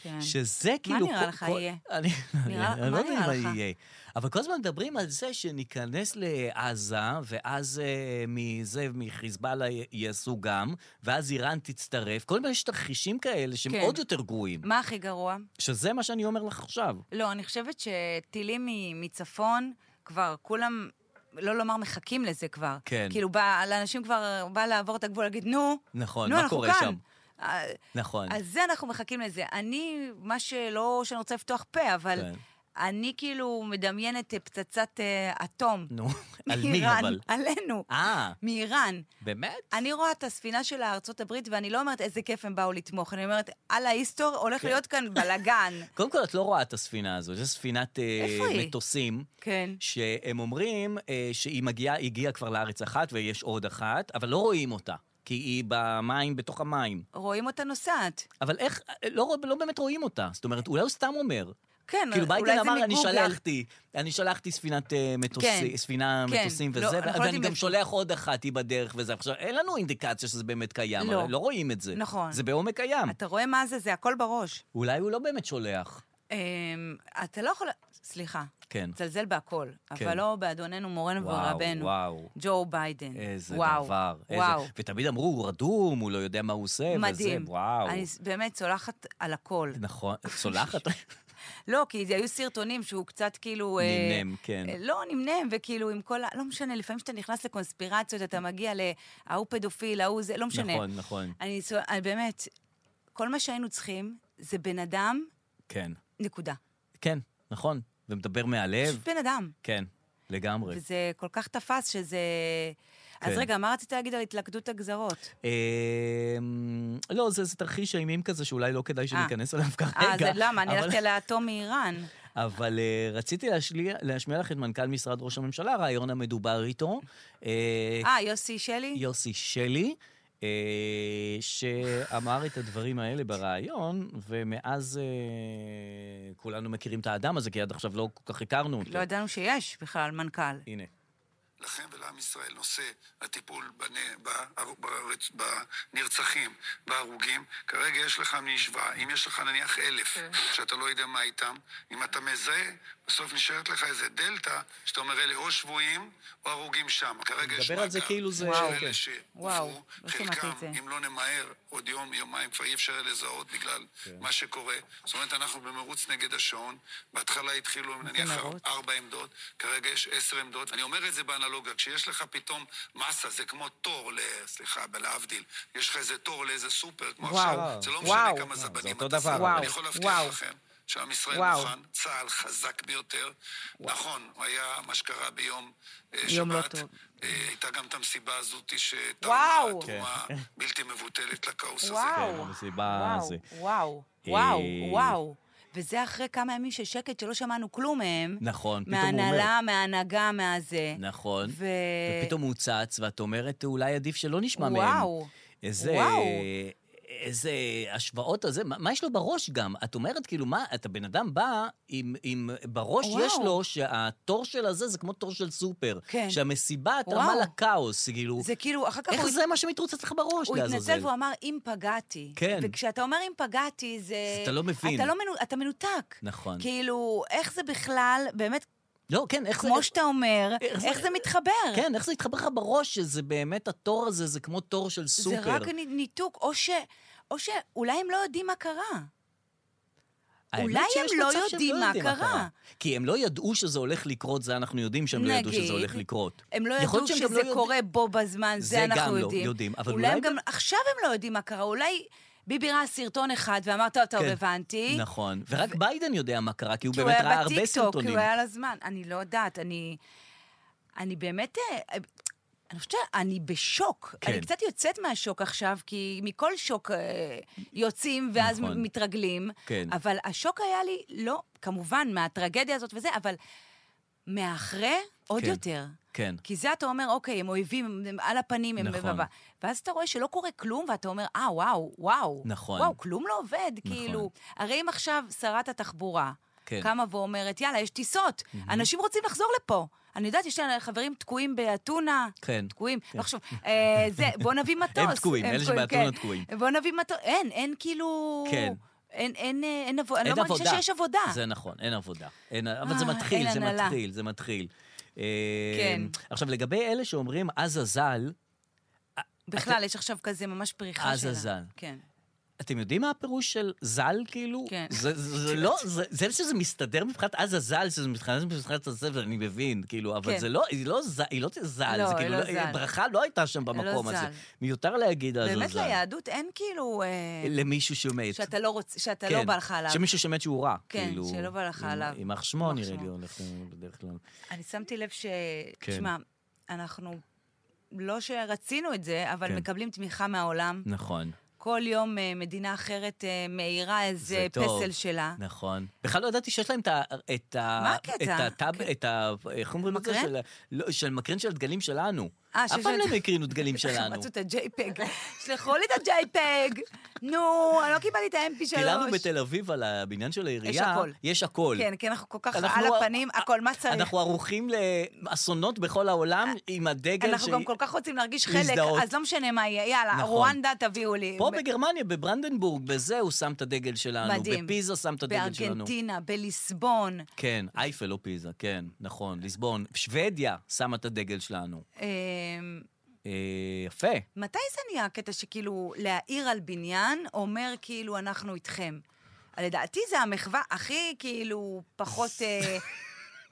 כן.
שזה כאילו...
נראה
כל-
לך
כל-
יהיה?
אני
נראה-
אני לא
מה
יודע
נראה
מה
לך?
יהיה. אבל כל הזמן מדברים על זה שניכנס לעזה, ואז אה, מזה, מחיזבאללה י- יעשו גם, ואז איראן תצטרף. כל מיני יש תרחישים כאלה שהם
כן.
עוד יותר גרועים.
מה הכי גרוע?
שזה מה שאני אומר לך עכשיו.
לא, אני חושבת שטילים מ- מצפון, כבר כולם, לא לומר מחכים לזה כבר.
כן.
כאילו, בא, לאנשים כבר בא לעבור את הגבול, להגיד, נו,
נכון,
נו,
מה
אנחנו
קורה
כאן."
שם?
אה,
נכון.
אז זה אנחנו מחכים לזה. אני, מה שלא, שאני רוצה לפתוח פה, אבל
כן.
אני כאילו מדמיינת אה, פצצת אה, אטום.
נו, על מי
מאיראן,
אבל?
עלינו.
אה,
מאיראן.
באמת?
אני רואה את הספינה של הארצות הברית, ואני לא אומרת איזה כיף הם באו לתמוך, אני אומרת, אללה היסטור, הולך
כן.
להיות כאן בלאגן.
קודם כל, את לא רואה את הספינה הזו, זו ספינת אה,
איפה היא?
מטוסים.
כן.
שהם אומרים אה, שהיא מגיעה, היא הגיעה כבר לארץ אחת ויש עוד אחת, אבל לא רואים אותה, כי היא במים, בתוך המים.
רואים אותה נוסעת.
אבל איך, אה, לא, רוא- לא באמת רואים אותה. זאת אומרת, אולי הוא סתם אומר.
כן,
כאילו
אולי
ביידן
זה
אמר, אני
מגוגל."
שלחתי, אני שלחתי ספינת אה, מטוסים,
כן,
ספינה
כן.
מטוסים
לא,
וזה,
אנחנו לא
ואני
יודעים
גם
איפה.
שולח עוד אחת, היא בדרך וזה. עכשיו, אין לנו אינדיקציה שזה באמת קיים,
לא.
הרי לא רואים את זה.
נכון.
זה בעומק הים.
אתה רואה מה זה, זה הכל בראש.
אולי הוא לא באמת שולח.
אמ, אתה לא יכול... סליחה,
כן.
זלזל בהכל,
כן.
אבל לא באדוננו, מורנו
וואו,
ורבנו.
וואו.
ג'ו ביידן.
איזה
וואו,
דבר. איזה-
וואו.
ותמיד אמרו, הוא רדום, הוא לא יודע מה הוא עושה, וזה,
מדהים.
וואו.
אני באמת סולחת על הכל.
נכון, צולחת.
לא, כי היו סרטונים שהוא קצת כאילו... אה,
נמנם, כן.
אה, לא, נמנם, וכאילו עם כל ה... לא משנה, לפעמים כשאתה נכנס לקונספירציות, אתה מגיע להוא פדופיל, ההוא זה, לא משנה.
נכון, נכון,
אני, סו- אני באמת, כל מה שהיינו צריכים זה בן אדם,
כן.
נקודה.
כן, נכון. ומדבר מהלב,
פשוט בן אדם.
כן, לגמרי.
וזה כל כך תפס שזה... אז
כן.
רגע, מה רצית להגיד על התלכדות הגזרות?
אמ, לא, זה, זה תרחיש אימים כזה שאולי לא כדאי שניכנס אליו כרגע.
אה, זה למה? אני
אבל-
הלכתי על האטום מאיראן.
אבל אה, רציתי להשליע- להשמיע לך את מנכ"ל משרד ראש הממשלה, הרעיון המדובר איתו. אה,
אה, יוסי שלי?
יוסי שלי, אה, שאמר את הדברים האלה בריאיון, ומאז אה, כולנו מכירים את האדם הזה, כי עד עכשיו לא כל כך הכרנו אותו.
לא ידענו שיש בכלל מנכ"ל.
הנה.
לכם ולעם ישראל נושא הטיפול בנ- בהר- בארץ- בנרצחים, בהרוגים. כרגע יש לך משוואה, אם יש לך נניח אלף,
כן.
שאתה לא יודע מה איתם, אם אתה מזהה, בסוף נשארת לך איזה דלתא, שאתה אומר אלה או שבויים או הרוגים שם. כרגע יש
מדבר על זה
מאגר
כאילו זה-
של
וואו,
אלה
כן.
וואו,
שהובאו,
לא שמעתי
חלקם,
את זה.
אם לא נמהר, עוד יום, יומיים כבר אי אפשר יהיה לזהות בגלל
כן.
מה שקורה. זאת אומרת, אנחנו במרוץ נגד השעון. בהתחלה התחילו עם נניח
במרוץ.
ארבע עמדות, כרגע יש עשר עמדות. אני אומר את זה באנלוגיה, כשיש לך פתאום מסה, זה כמו תור, ל... סליחה, להבדיל, יש לך איזה תור לאיזה סופר, כמו
וואו.
עכשיו, זה לא משנה
וואו.
כמה
זה
זבנים
אותו
אתה
דבר,
שם.
וואו.
אני יכול להבטיח
וואו.
לכם שעם ישראל
וואו.
מוכן, צה"ל חזק ביותר. נכון, היה מה שקרה ביום אה,
יום לא
שבת.
טוב.
אה, הייתה גם את המסיבה הזאת שתרמה
וואו.
תרומה בלתי מבוטלת לכאוס הזה.
וואו.
המסיבה
וואו,
כן, זה.
וואו,
אה,
וואו, וואו. וזה אחרי כמה ימים של שקט שלא שמענו כלום מהם.
נכון, פתאום הוא אומר.
מההנהלה, מההנהגה, מהזה.
נכון.
ו-
ופתאום הוא צץ, ואת אומרת, אולי עדיף שלא נשמע מהם.
וואו.
איזה...
וואו.
איזה השוואות הזה, מה, מה יש לו בראש גם? את אומרת, כאילו, מה, אתה בן אדם בא עם, עם בראש
וואו.
יש לו שהתור של הזה זה כמו תור של סופר.
כן.
שהמסיבה תרמה
וואו.
לכאוס, כאילו,
זה כאילו, אחר כך
איך
הוא...
זה מה שמתרוצץ לך בראש,
הוא
לעזאזל?
התנצל והוא אמר, אם פגעתי.
כן.
וכשאתה אומר אם פגעתי, זה...
אז אתה לא מבין.
אתה, לא מנו... אתה מנותק.
נכון.
כאילו, איך זה בכלל, באמת,
לא, כן, איך זה...
כמו שאתה אומר,
איך זה-
איך זה מתחבר?
כן, איך זה התחבר לך בראש, שזה באמת התור הזה, זה כמו תור של סופר.
זה רק נ- ניתוק, או ש... או שאולי הם לא יודעים מה קרה.
האמת
אולי
שיש
הם לא
מצב שהם
יודעים מה קרה.
כי הם לא ידעו שזה הולך לקרות, זה אנחנו יודעים שהם לא ידעו שזה
נגיד,
הולך לקרות.
הם לא
יכול
ידעו
להיות שהם גם
שזה
לא יודע-
קורה בו בזמן, זה,
זה
אנחנו
גם לא
יודעים.
יודעים, אבל
אולי
אולי
הם גם... עכשיו הם לא יודעים מה קרה, אולי ביבי ראה סרטון אחד ואמר, טוב, טוב,
כן.
הבנתי.
נכון, ורק ביידן יודע מה קרה, כי הוא
כי
באמת ראה
בטיקטוק,
הרבה
כי
סרטונים.
הוא היה על הזמן. אני לא יודעת, אני... אני באמת... אה, אני חושבת שאני בשוק.
כן.
אני קצת יוצאת מהשוק עכשיו, כי מכל שוק אה, יוצאים ואז
נכון.
נכון. מתרגלים.
כן.
אבל השוק היה לי, לא, כמובן, מהטרגדיה הזאת וזה, אבל מאחרי, עוד
כן.
יותר.
כן.
כי זה אתה אומר, אוקיי, הם אויבים, הם על הפנים, הם...
נכון.
נכון. ואז אתה רואה שלא קורה כלום, ואתה אומר, אה, וואו, וואו.
נכון.
וואו, כלום לא עובד, נכון. כאילו. הרי אם עכשיו שרת התחבורה
כן.
כן. קמה ואומרת, יאללה, יש טיסות, mm-hmm. אנשים רוצים לחזור לפה. אני יודעת, יש לי חברים תקועים באתונה.
כן.
תקועים, לא חשוב. אה, זה, בוא נביא מטוס. כן.
הם תקועים, אלה שבאתונה תקועים.
בוא נביא מטוס, אין, אין כאילו...
כן.
אין, אין, אה, אין, עבודה, אני
אין
לא מרגישה
עבודה.
שיש עבודה.
זה נכון, אין עבודה. אין, אבל זה
אה,
מתחיל,
אין
זה
הנהלה.
מתחיל, זה מתחיל. אה,
כן.
עכשיו, לגבי אלה שאומרים עזאזל,
בכלל, יש עכשיו כזה ממש פריחה שלה.
עזאזל.
כן.
אתם יודעים מה הפירוש של ז"ל, כאילו?
כן.
זה, זה, זה לא, זה, זה שזה מסתדר מבחינת עזאזל, שזה מתחנן מבחינת הספר, אני מבין, כאילו, אבל
כן.
זה לא, היא לא, ז- היא לא ז"ל,
לא,
זה
היא
כאילו,
לא ז"ל.
ברכה לא הייתה שם במקום
לא
הזה.
ז"ל.
מיותר להגיד עזאזל.
באמת ליהדות אין כאילו... אה,
למישהו שמת. כן.
שאתה לא רוצ... שאתה לא בא לך עליו.
שמישהו שמת שהוא רע.
כן,
כאילו,
שלא בא לך
עם-
עליו.
עם אח שמו
עם אח
נראה לי
שמו.
הולך אה, בדרך כלל.
אני שמתי לב ש...
כן.
כן. שמע, אנחנו... לא שרצינו את זה, אבל
כן.
כן. מקבלים תמיכה מהעולם.
נכון,
כל יום אה, מדינה אחרת אה, מאירה
זה
איזה
טוב.
פסל שלה.
נכון. בכלל לא ידעתי שיש להם את ה... את ה...
מה הקטע?
את הטאב,
כן.
את ה... איך אומרים את זה?
מקרן?
של ה- לא, של מקרן של הדגלים שלנו.
אה,
אף
שיש
פעם
להם-
לא הקרינו דגלים שלנו.
מצאו את ה-JPEG. שלחו לי את ה-JPEG. נו, אני לא קיבלתי את ה-MP3.
כי לנו בתל אביב, על הבניין של העירייה,
הכל.
יש הכל.
כן, כי אנחנו כל כך
אנחנו-
על הפנים, הכל, מה צריך? אה,
אנחנו ערוכים לאסונות בכל העולם עם הדגל
אנחנו גם
ש-
כל כך רוצים להרגיש חלק,
להזדהות.
אז לא משנה מה יהיה, יאללה,
נכון.
רואנדה תביאו לי.
פה בגרמניה, בברנדנבורג, בזה הוא שם את הדגל שלנו.
מדהים.
בפיזה שם את הדגל שלנו.
בארגנטינה, בליסבון.
כן, אייפל, לא פיזה, כן, נכון, ליסבון. שוודיה שמה את הדגל שלנו.
אמ,
אה, יפה.
מתי זה נהיה הקטע שכאילו להעיר על בניין אומר כאילו אנחנו איתכם? לדעתי זה המחווה הכי, כאילו, פחות...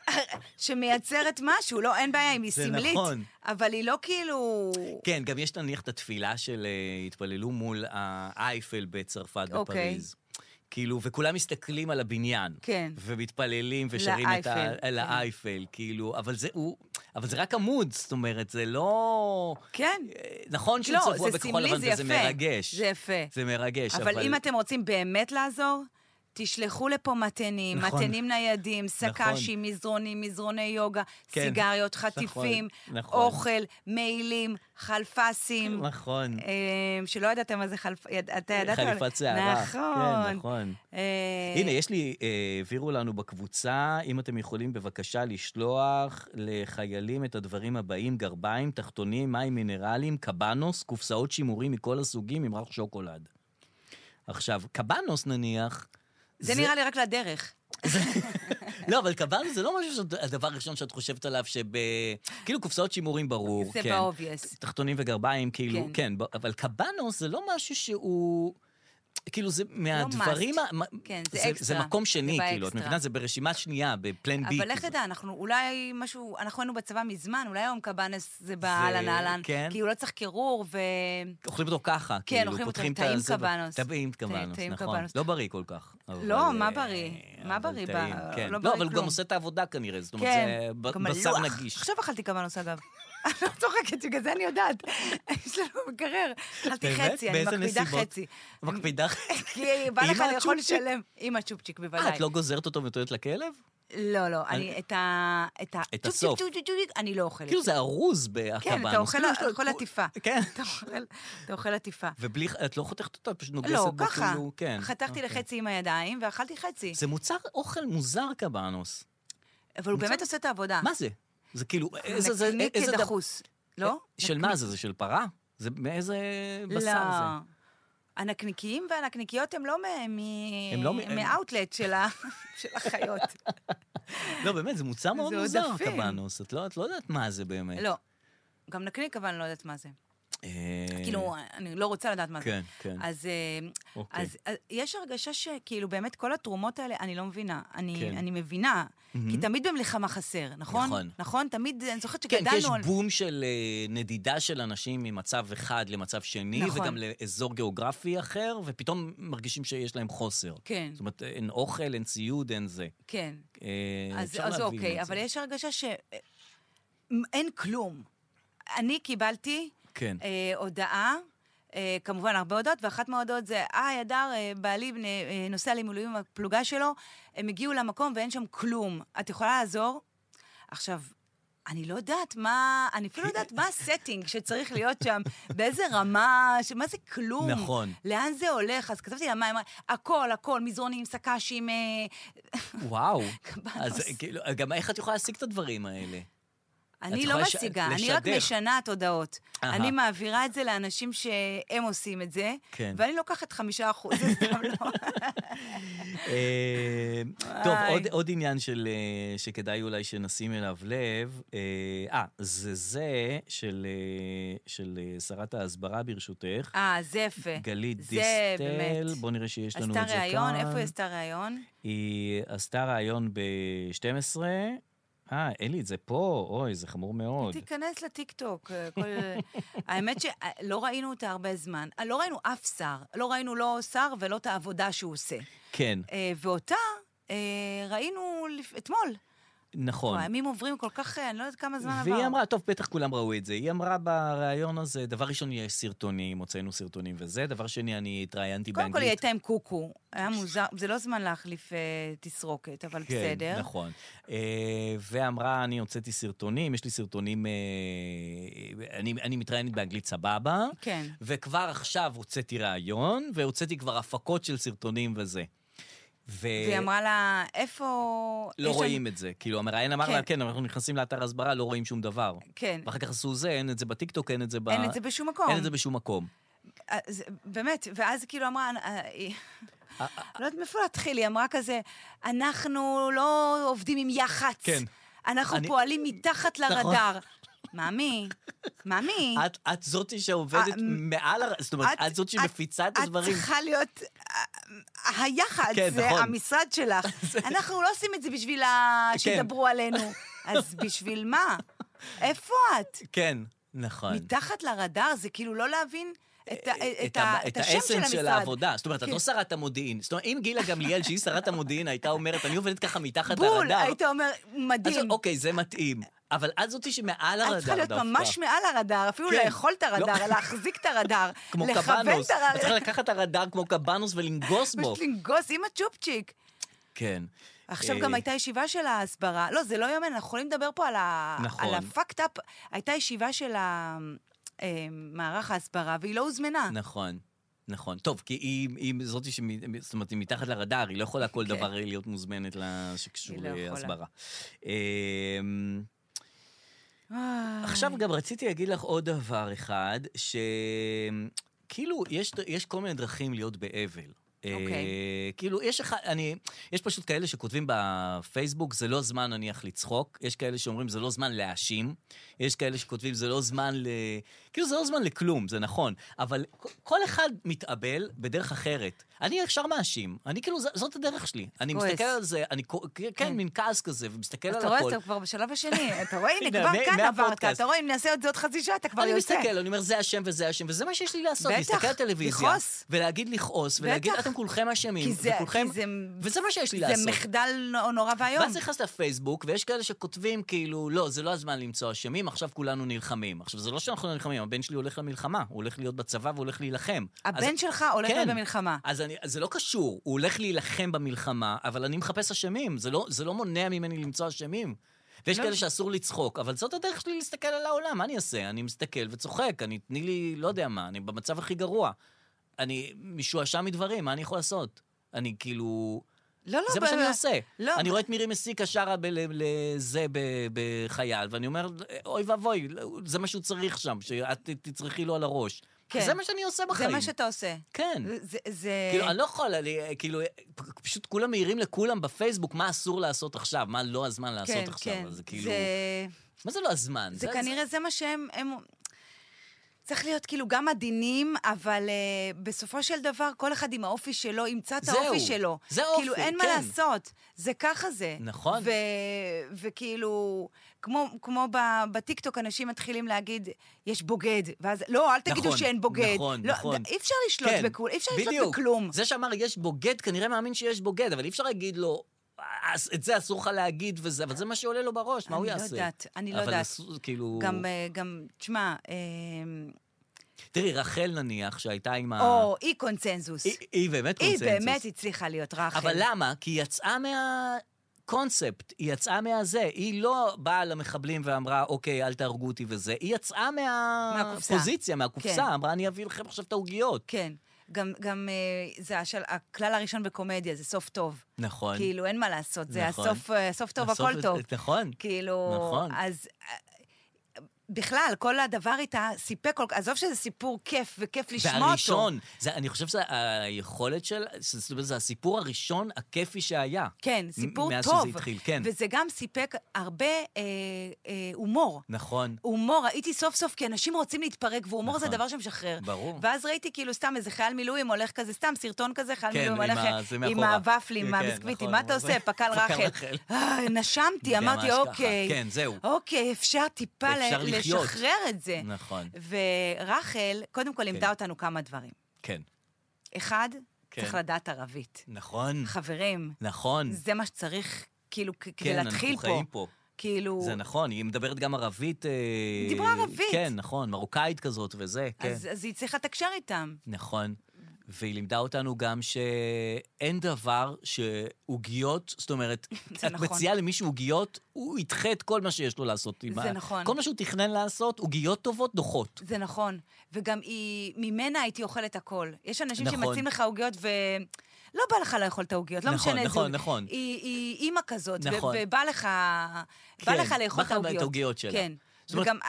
אה, שמייצרת משהו, לא, אין בעיה, אם היא
זה
סמלית,
נכון.
אבל היא לא כאילו...
כן, גם יש נניח את התפילה של אה, התפללו מול האייפל בצרפת,
אוקיי.
בפריז. כאילו, וכולם מסתכלים על הבניין.
כן.
ומתפללים ושרים את ה...
לאייפל,
אל
כן.
האייפל, כאילו, אבל זה הוא... אבל זה רק עמוד, זאת אומרת, זה לא...
כן.
אה, נכון שהוא
לא,
צבוע
זה
בכחול
סמלי,
לבן
זה
וזה
יפה.
מרגש.
זה יפה.
זה מרגש, אבל...
אבל אם אתם רוצים באמת לעזור, תשלחו לפה מתנים,
נכון.
מתנים ניידים, סק"שים, מזרונים, מזרוני יוגה,
כן.
סיגריות, חטיפים,
נכון.
אוכל, מעילים, חלפסים.
נכון.
אה, שלא ידעת מה זה חלפ... יד- אתה ידעת? אבל-
חליפת שערה.
נכון.
כן, נכון.
אה,
הנה, יש לי, אה, העבירו לנו בקבוצה, אם אתם יכולים בבקשה לשלוח לחיילים את הדברים הבאים, גרביים, תחתונים, מים מינרליים, קבנוס, קופסאות שימורים מכל הסוגים, ממרח שוקולד. עכשיו, קבנוס נניח...
זה נראה לי רק לדרך.
לא, אבל קבנוס זה לא משהו שהדבר הראשון שאת חושבת עליו, שב... כאילו קופסאות שימורים ברור,
זה
כן.
ב-obvious.
תחתונים וגרביים, כאילו, כן,
כן.
כן ב- אבל קבנוס זה לא משהו שהוא... כאילו זה מהדברים,
must.
ה-
כן, זה
זה
אקסטרה.
מקום
זה
שני,
בא
כאילו, את
אקסטרה.
מבינה? זה ברשימה שנייה, בפלן בי.
אבל איך
כזה.
תדע, אנחנו אולי משהו, אנחנו היינו בצבא מזמן, אולי היום קבנס זה באהלן אהלן.
כן.
כי הוא לא צריך קירור, ו...
אוכלים אותו ככה,
כן,
כאילו,
אוכלים אותו
פותחים
עם
את
טעים
הזה ו-
קבנוס.
טעים
טעים-
קבנוס,
טעים
נכון.
קבנוס.
לא בריא כל כך. אבל,
לא, מה
אה,
בריא? מה
אבל
בריא?
טעים,
ב-
כן.
לא
לא,
בריא
אבל הוא גם
כלום.
עושה את העבודה כנראה, זאת אומרת,
כן,
זה ב-
גם
בשר
מלוח.
נגיש.
עכשיו אכלתי קבנוס, אגב. אני לא צוחקת, בגלל זה אני יודעת. יש לנו מקרר. אכלתי
באמת?
חצי, אני
באיזה
מקפידה
נסיבות?
חצי.
מקפידה.
כי בא לך
עם
לאכול
הצ'ופצ'יק?
שלם. עם הצ'ופצ'יק, בוודאי.
אה, את לא גוזרת אותו ונותנת לכלב?
לא, לא, אני את ה... את ה...
את הסוף.
צ'ופצ'יק, צ'ופצ'יק, צ'ופצ'יק, אני לא אוכלת.
כאילו זה ארוז בקבנוס.
כן, אתה אוכל
כאילו יש לו-
אתה אוכל עטיפה.
כן.
אתה אוכל- אתה אוכל עטיפה.
ובלי, את לא חותכת אותה, פשוט נוגסת
לא,
בו,
ככה.
כאילו, כן.
חתכתי
אוקיי.
לחצי עם הידיים ואכלתי חצי.
זה מוצר אוכל מוזר קבנוס.
אבל הוא באמת עושה את העבודה.
מה זה? זה כאילו,
אה,
איזה... זה-
נקניק
איזה דבר- אה,
כדחוס, לא?
של מה זה? זה של פרה? זה מאיזה בשר זה?
לא. הנקניקים והנקניקיות הם לא מ- מ-
הם לא מ-
מהאוטלט של ה- של החיות.
לא, באמת, זה מוצר מאוד
זה
מוזר,
עודפים.
קבנוס. את לא את לא יודעת מה זה באמת.
לא. גם נקניק, אבל אני לא יודעת מה זה.
אה,
כאילו, אני לא רוצה לדעת מה זה.
כן, כן.
אז, אה,
אוקיי.
אז אז יש הרגשה שכאילו באמת כל התרומות האלה, אני לא מבינה. אני,
כן.
אני מבינה, כי תמיד במלחמה חסר, נכון?
נכון.
נכון? תמיד, אני זוכרת
כן,
שגדלנו
כי יש
על...
בום של אה, נדידה של אנשים ממצב אחד למצב שני,
נכון.
וגם לאזור גיאוגרפי אחר, ופתאום מרגישים שיש להם חוסר.
כן.
זאת אומרת, אין אוכל, אין ציוד, אין זה.
כן.
אה,
אז,
אפשר
אז
להבין
אוקיי,
את זה.
אבל יש הרגשה שאין כלום. אני קיבלתי
כן.
אה, הודעה, אה, כמובן הרבה הודעות, ואחת מההודעות זה, היי, אדר, אה, בעלי בני- אה, נוסע למילואים עם הפלוגה שלו, הם הגיעו למקום ואין שם כלום. את יכולה לעזור? עכשיו... אני לא יודעת מה, אני אפילו לא יודעת מה הסטינג שצריך להיות שם, באיזה רמה, ש... מה זה כלום.
נכון.
לאן זה הולך? אז כתבתי לה, מה, מה, הכל, הכל, מזרונים, סק"שים, אה,
וואו.
קבנוס.
אז אה, כאילו, גם איך את יכולה להשיג את הדברים האלה?
אני
יכולה
לא
לש-
משיגה, אני רק
לשדך.
משנה את הודעות.
אהה.
אני מעבירה את זה לאנשים שהם עושים את זה,
כן.
ואני לוקחת חמישה אחוז, זה סתם לא.
אה, טוב,
וואי.
עוד, עוד עניין של, אה, שכדאי אולי שנשים אליו לב, אה, אה, זה זה של, אה, של אה, שרת ההסברה ברשותך,
אה, זה יפה.
גלית
זה
דיסטל,
באמת.
בוא נראה שיש לנו
עשתה
את זה כאן.
ראיון, איפה היא עשתה ראיון?
היא עשתה ראיון ב-12, אה, אין לי את זה פה, אוי, זה חמור מאוד.
תיכנס לטיקטוק. אה, כל- האמת שלא ראינו אותה הרבה זמן. אה, לא ראינו אף שר. לא ראינו לא שר ולא את העבודה שהוא עושה.
כן,
אה, ואותה אה, ראינו לפ- אתמול.
נכון.
הימים עוברים כל כך, אה, אני לא יודעת כמה זמן עבר.
והיא אמרה, טוב, בטח כולם ראו את זה. היא אמרה בריאיון הזה, דבר ראשון, יש סרטונים, הוצאנו סרטונים וזה, דבר שני, אני התראיינתי
קודם כל היא
באנגלית.
הייתה עם קוקו, היה מוזר, זה לא זמן להחליף אה, תסרוקת, אבל בסדר.
כן, נכון. אה, ואמרה, אני הוצאתי סרטונים, יש לי סרטונים, אה, אני, אני מתראיינת באנגלית סבבה,
כן.
וכבר עכשיו הוצאתי ראיון, והוצאתי כבר הפקות של סרטונים וזה. ו...
והיא אמרה לה, איפה...
לא
יש
רואים את זה. כאילו, המראיין אמר
כן.
לה, כן, אנחנו נכנסים לאתר הסברה, לא רואים שום דבר.
כן.
ואחר כך עשו זה, אין את זה בטיקטוק, אין את זה ב...
אין את זה בשום מקום.
אין את זה בשום מקום.
אה, זה- באמת, ואז כאילו אמרה, אה, היא-
אה,
לא יודעת מאיפה להתחיל, היא אמרה כזה, אנחנו לא עובדים עם יח"צ.
כן.
אנחנו
אני- נכון.
פועלים מתחת לרדאר. מאמי, מאמי.
את, את זאתי שעובדת
אה, מ-
מעל, הר- זאת אומרת, את, זאת שמפיצה את הדברים.
את צריכה להיות... אה, היחד
כן,
זה
נכון.
המשרד שלך. אנחנו לא עושים את זה בשביל ה-
כן.
שידברו עלינו. אז בשביל מה? איפה את?
כן, נכון. אה,
מתחת לרדאר זה כאילו לא להבין את ה- את
ה-
ה- את השם של
האסנס של
המשרד.
העבודה. זאת אומרת, את
כן.
לא שרת המודיעין. זאת אומרת, אם גילה גמליאל, שהיא שרת המודיעין, הייתה אומרת, אני עובדת ככה מתחת לרדאר.
בול, היית אומר,
אז
מדהים.
אוקיי, זה מתאים. אבל את זאתי שמעל הרדאר
את צריכה להיות ממש מעל הרדאר, אפילו
כן.
לאכול את
לא.
הרדאר, להחזיק את הרדאר,
כמו
לכוון
קבנוס.
את
את צריכה
הרדאר,
לקחת את הרדאר כמו קבנוס ולנגוס בו.
פשוט לנגוס עם הצ'ופצ'יק.
כן.
עכשיו
אה,
גם הייתה ישיבה של ההסברה, לא, זה לא יאמן, אנחנו יכולים לדבר פה על ה...
נכון.
על ה-fucked up. הייתה ישיבה של ה- אה, מערך ההסברה, והיא לא הוזמנה.
נכון. נכון. טוב, כי היא, היא זאתי ש... זאת אומרת, היא מתחת לרדאר, היא לא יכולה כל
כן.
דבר להיות מוזמנת ל- שקשור
היא לא יכולה.
להסברה. אמ,
וואי.
עכשיו גם רציתי להגיד לך עוד דבר אחד, שכאילו, יש, יש כל מיני דרכים להיות באבל.
אוקיי.
אה, כאילו, יש אחד, אני, יש פשוט כאלה שכותבים בפייסבוק, זה לא זמן נניח לצחוק, יש כאלה שאומרים, זה לא זמן להאשים, יש כאלה שכותבים, זה לא זמן ל... כאילו, זה לא זמן לכלום, זה נכון, אבל כ- כל אחד מתאבל בדרך אחרת. אני ישר מאשים, אני כאילו, ז- זאת הדרך שלי. אני
כועס.
מסתכל על זה, אני, כ- כן,
כן.
מין כעס כזה, ומסתכל על
אז
הכל.
אתה רואה, אתה כבר בשלב השני, אתה רואה, הנה,
הנה,
כבר
מה-
כאן עברת,
מהפודקאסט.
אתה רואה, אם נעשה את זה עוד חצי שעה, אתה כבר
אני
יוצא.
מסתכל, אני אומר, זה אשם וזה אשם, וזה מה שיש לי לעשות,
בטח,
להסתכל על טלוויזיה,
לכעוס.
ולהגיד לכעוס, ולהגיד,
בטח.
אתם כולכם אשמים,
כי זה,
וכולכם...
כי זה,
וזה מה שיש לי
זה
לעשות.
מחדל נו- נורא ואיום.
ואז נכנס לפייסבוק, ויש כאלה שכותבים כאילו, לא, זה לא הזמן למצוא אשמים, עכשיו כולנו נלחמים. עכשיו, זה לא שאנחנו נלחמים, הבן שלי הולך למלחמה, הוא הולך להיות בצבא והוא הולך להילחם. אז-
הבן שלך הולך
כן.
להיות במלחמה.
אז אני, אז זה לא קשור, הוא הולך להילחם במלחמה, אבל אני מחפש אשמים, זה לא, זה לא מונע ממני למצוא אשמים. ויש
לא.
כאלה שאסור לצחוק, אבל זאת הדרך שלי להסתכל על העולם, מה אני אעשה? אני מסתכל וצוחק, אני, תני לי, לא יודע מה, אני במצב הכי גרוע. אני משועשע מדברים, מה אני יכול לעשות? אני כאילו...
לא, לא,
זה מה
ב-
שאני עושה.
לא.
אני רואה את מירי מסיקה שרה ב- ל- לזה ב- בחייל, ואני אומר, אוי ואבוי, זה מה שהוא צריך שם, שאת ת- תצרכי לו על הראש.
כן.
זה מה שאני עושה
זה
בחיים.
מה שאתה עושה.
כן.
זה- זה- זה...
כאילו, אני לא יכול, אני, כאילו, פ- פשוט כולם מעירים לכולם בפייסבוק מה אסור לעשות עכשיו, מה לא הזמן לעשות
כן,
עכשיו.
כן.
אז זה כאילו,
זה-
מה זה לא הזמן?
זה כנראה זה מה שהם... הם... צריך להיות כאילו גם עדינים, אבל uh, בסופו של דבר כל אחד עם האופי שלו, ימצא את
זהו,
האופי שלו.
זה האופי,
כאילו אין מה
כן.
לעשות, זה ככה זה.
נכון.
ו, וכאילו, כמו, כמו ב, בטיקטוק אנשים מתחילים להגיד, יש בוגד, ואז לא, אל תגידו
נכון,
שאין בוגד.
נכון,
לא,
נכון.
אי אפשר לשלוט
כן,
בכלום, אי אפשר לשלוט
בדיוק.
בכלום.
זה שאמר יש בוגד, כנראה מאמין שיש בוגד, אבל אי אפשר להגיד לו, "אה, "אז את זה אסור לך להגיד וזה, אבל זה מה שעולה לו בראש, מה
אני
הוא
לא
יעשה?
יודעת, אני לא
אבל
יודעת.
אסור, כאילו...
גם, אה, גם, תשמע, אה,
תראי, רחל נניח, שהייתה עם ה...
או אי קונצנזוס.
היא- היא באמת
היא
קונצנזוס.
באמת הצליחה להיות רחל.
אבל למה? כי היא יצאה מהקונספט, היא יצאה מהזה. היא לא באה למחבלים ואמרה, אוקיי, אל תהרגו אותי וזה. היא יצאה
מהקופסה.
מהפוזיציה,
כן.
מהקופסה, אמרה, אני אביא לכם עכשיו את העוגיות.
כן. גם, גם אה, זה השל, הכלל הראשון בקומדיה, זה סוף טוב.
נכון.
כאילו, אין מה לעשות, זה
נכון.
הסוף, אה, סוף טוב,
בסוף
הכל
את-
טוב.
את- נכון.
כאילו,
נכון.
אז אה, בכלל, כל הדבר איתה סיפק כל כך, עזוב שזה סיפור כיף וכיף לשמוע אותו.
והראשון, זה, אני חושב שזה היכולת של, זאת אומרת, זה הסיפור הראשון הכיפי שהיה.
כן, סיפור
מאז
טוב.
שזה התחיל, כן.
וזה גם סיפק הרבה אה, אה, הומור.
נכון.
הומור, ראיתי סוף סוף, כי אנשים רוצים להתפרק, והומור
נכון.
זה דבר שמשחרר.
ברור.
ואז ראיתי כאילו סתם איזה חייל מילואים הולך כזה, סתם סרטון כזה, חייל
כן,
מילואים
עם
הולך
ה- זה
עם
מאחורה.
הוואפלים,
כן,
מהביסקוויטים,
נכון,
מה אתה
נכון.
עושה? פק"ל
פק"ל
רחל.
רחל.
אה, נשמתי,
ממש
אמרתי,
ככה.
אוקיי.
כן, זהו.
אוקיי, אפשר טיפה ל-
אפשר לחיות."
לשחרר את זה.
נכון.
ורחל, קודם כל לימדה
כן.
אותנו כמה דברים.
כן.
אחד,
כן.
צריך לדעת ערבית.
נכון.
חברים,
נכון.
זה מה שצריך, כאילו, כ- כדי
כן,
להתחיל
אנחנו
פה.
חיים פה.
כאילו...
זה נכון, היא מדברת גם ערבית. אה,
היא דיברה ערבית.
כן, נכון, מרוקאית כזאת וזה, כן.
אז אז היא צריכה לתקשר איתם.
נכון. והיא לימדה אותנו גם שאין דבר שעוגיות, זאת אומרת, את
זה נכון.
מציעה למישהו עוגיות, הוא ידחה את כל מה שיש לו לעשות. עם
זה
ה-
נכון.
כל מה שהוא תכנן לעשות, עוגיות טובות דוחות.
זה נכון, וגם היא, ממנה הייתי אוכלת הכל. יש אנשים
נכון.
שמציעים לך עוגיות ו... לא בא לך לאכול את העוגיות, לא
נכון,
משנה איזה...
נכון,
עוגיות.
נכון.
היא, היא אימא כזאת, ו-
נכון.
ובא לך, בא
כן,
לך לאכול
בא לך את העוגיות שלה.
כן.
זאת אומרת,
וגם,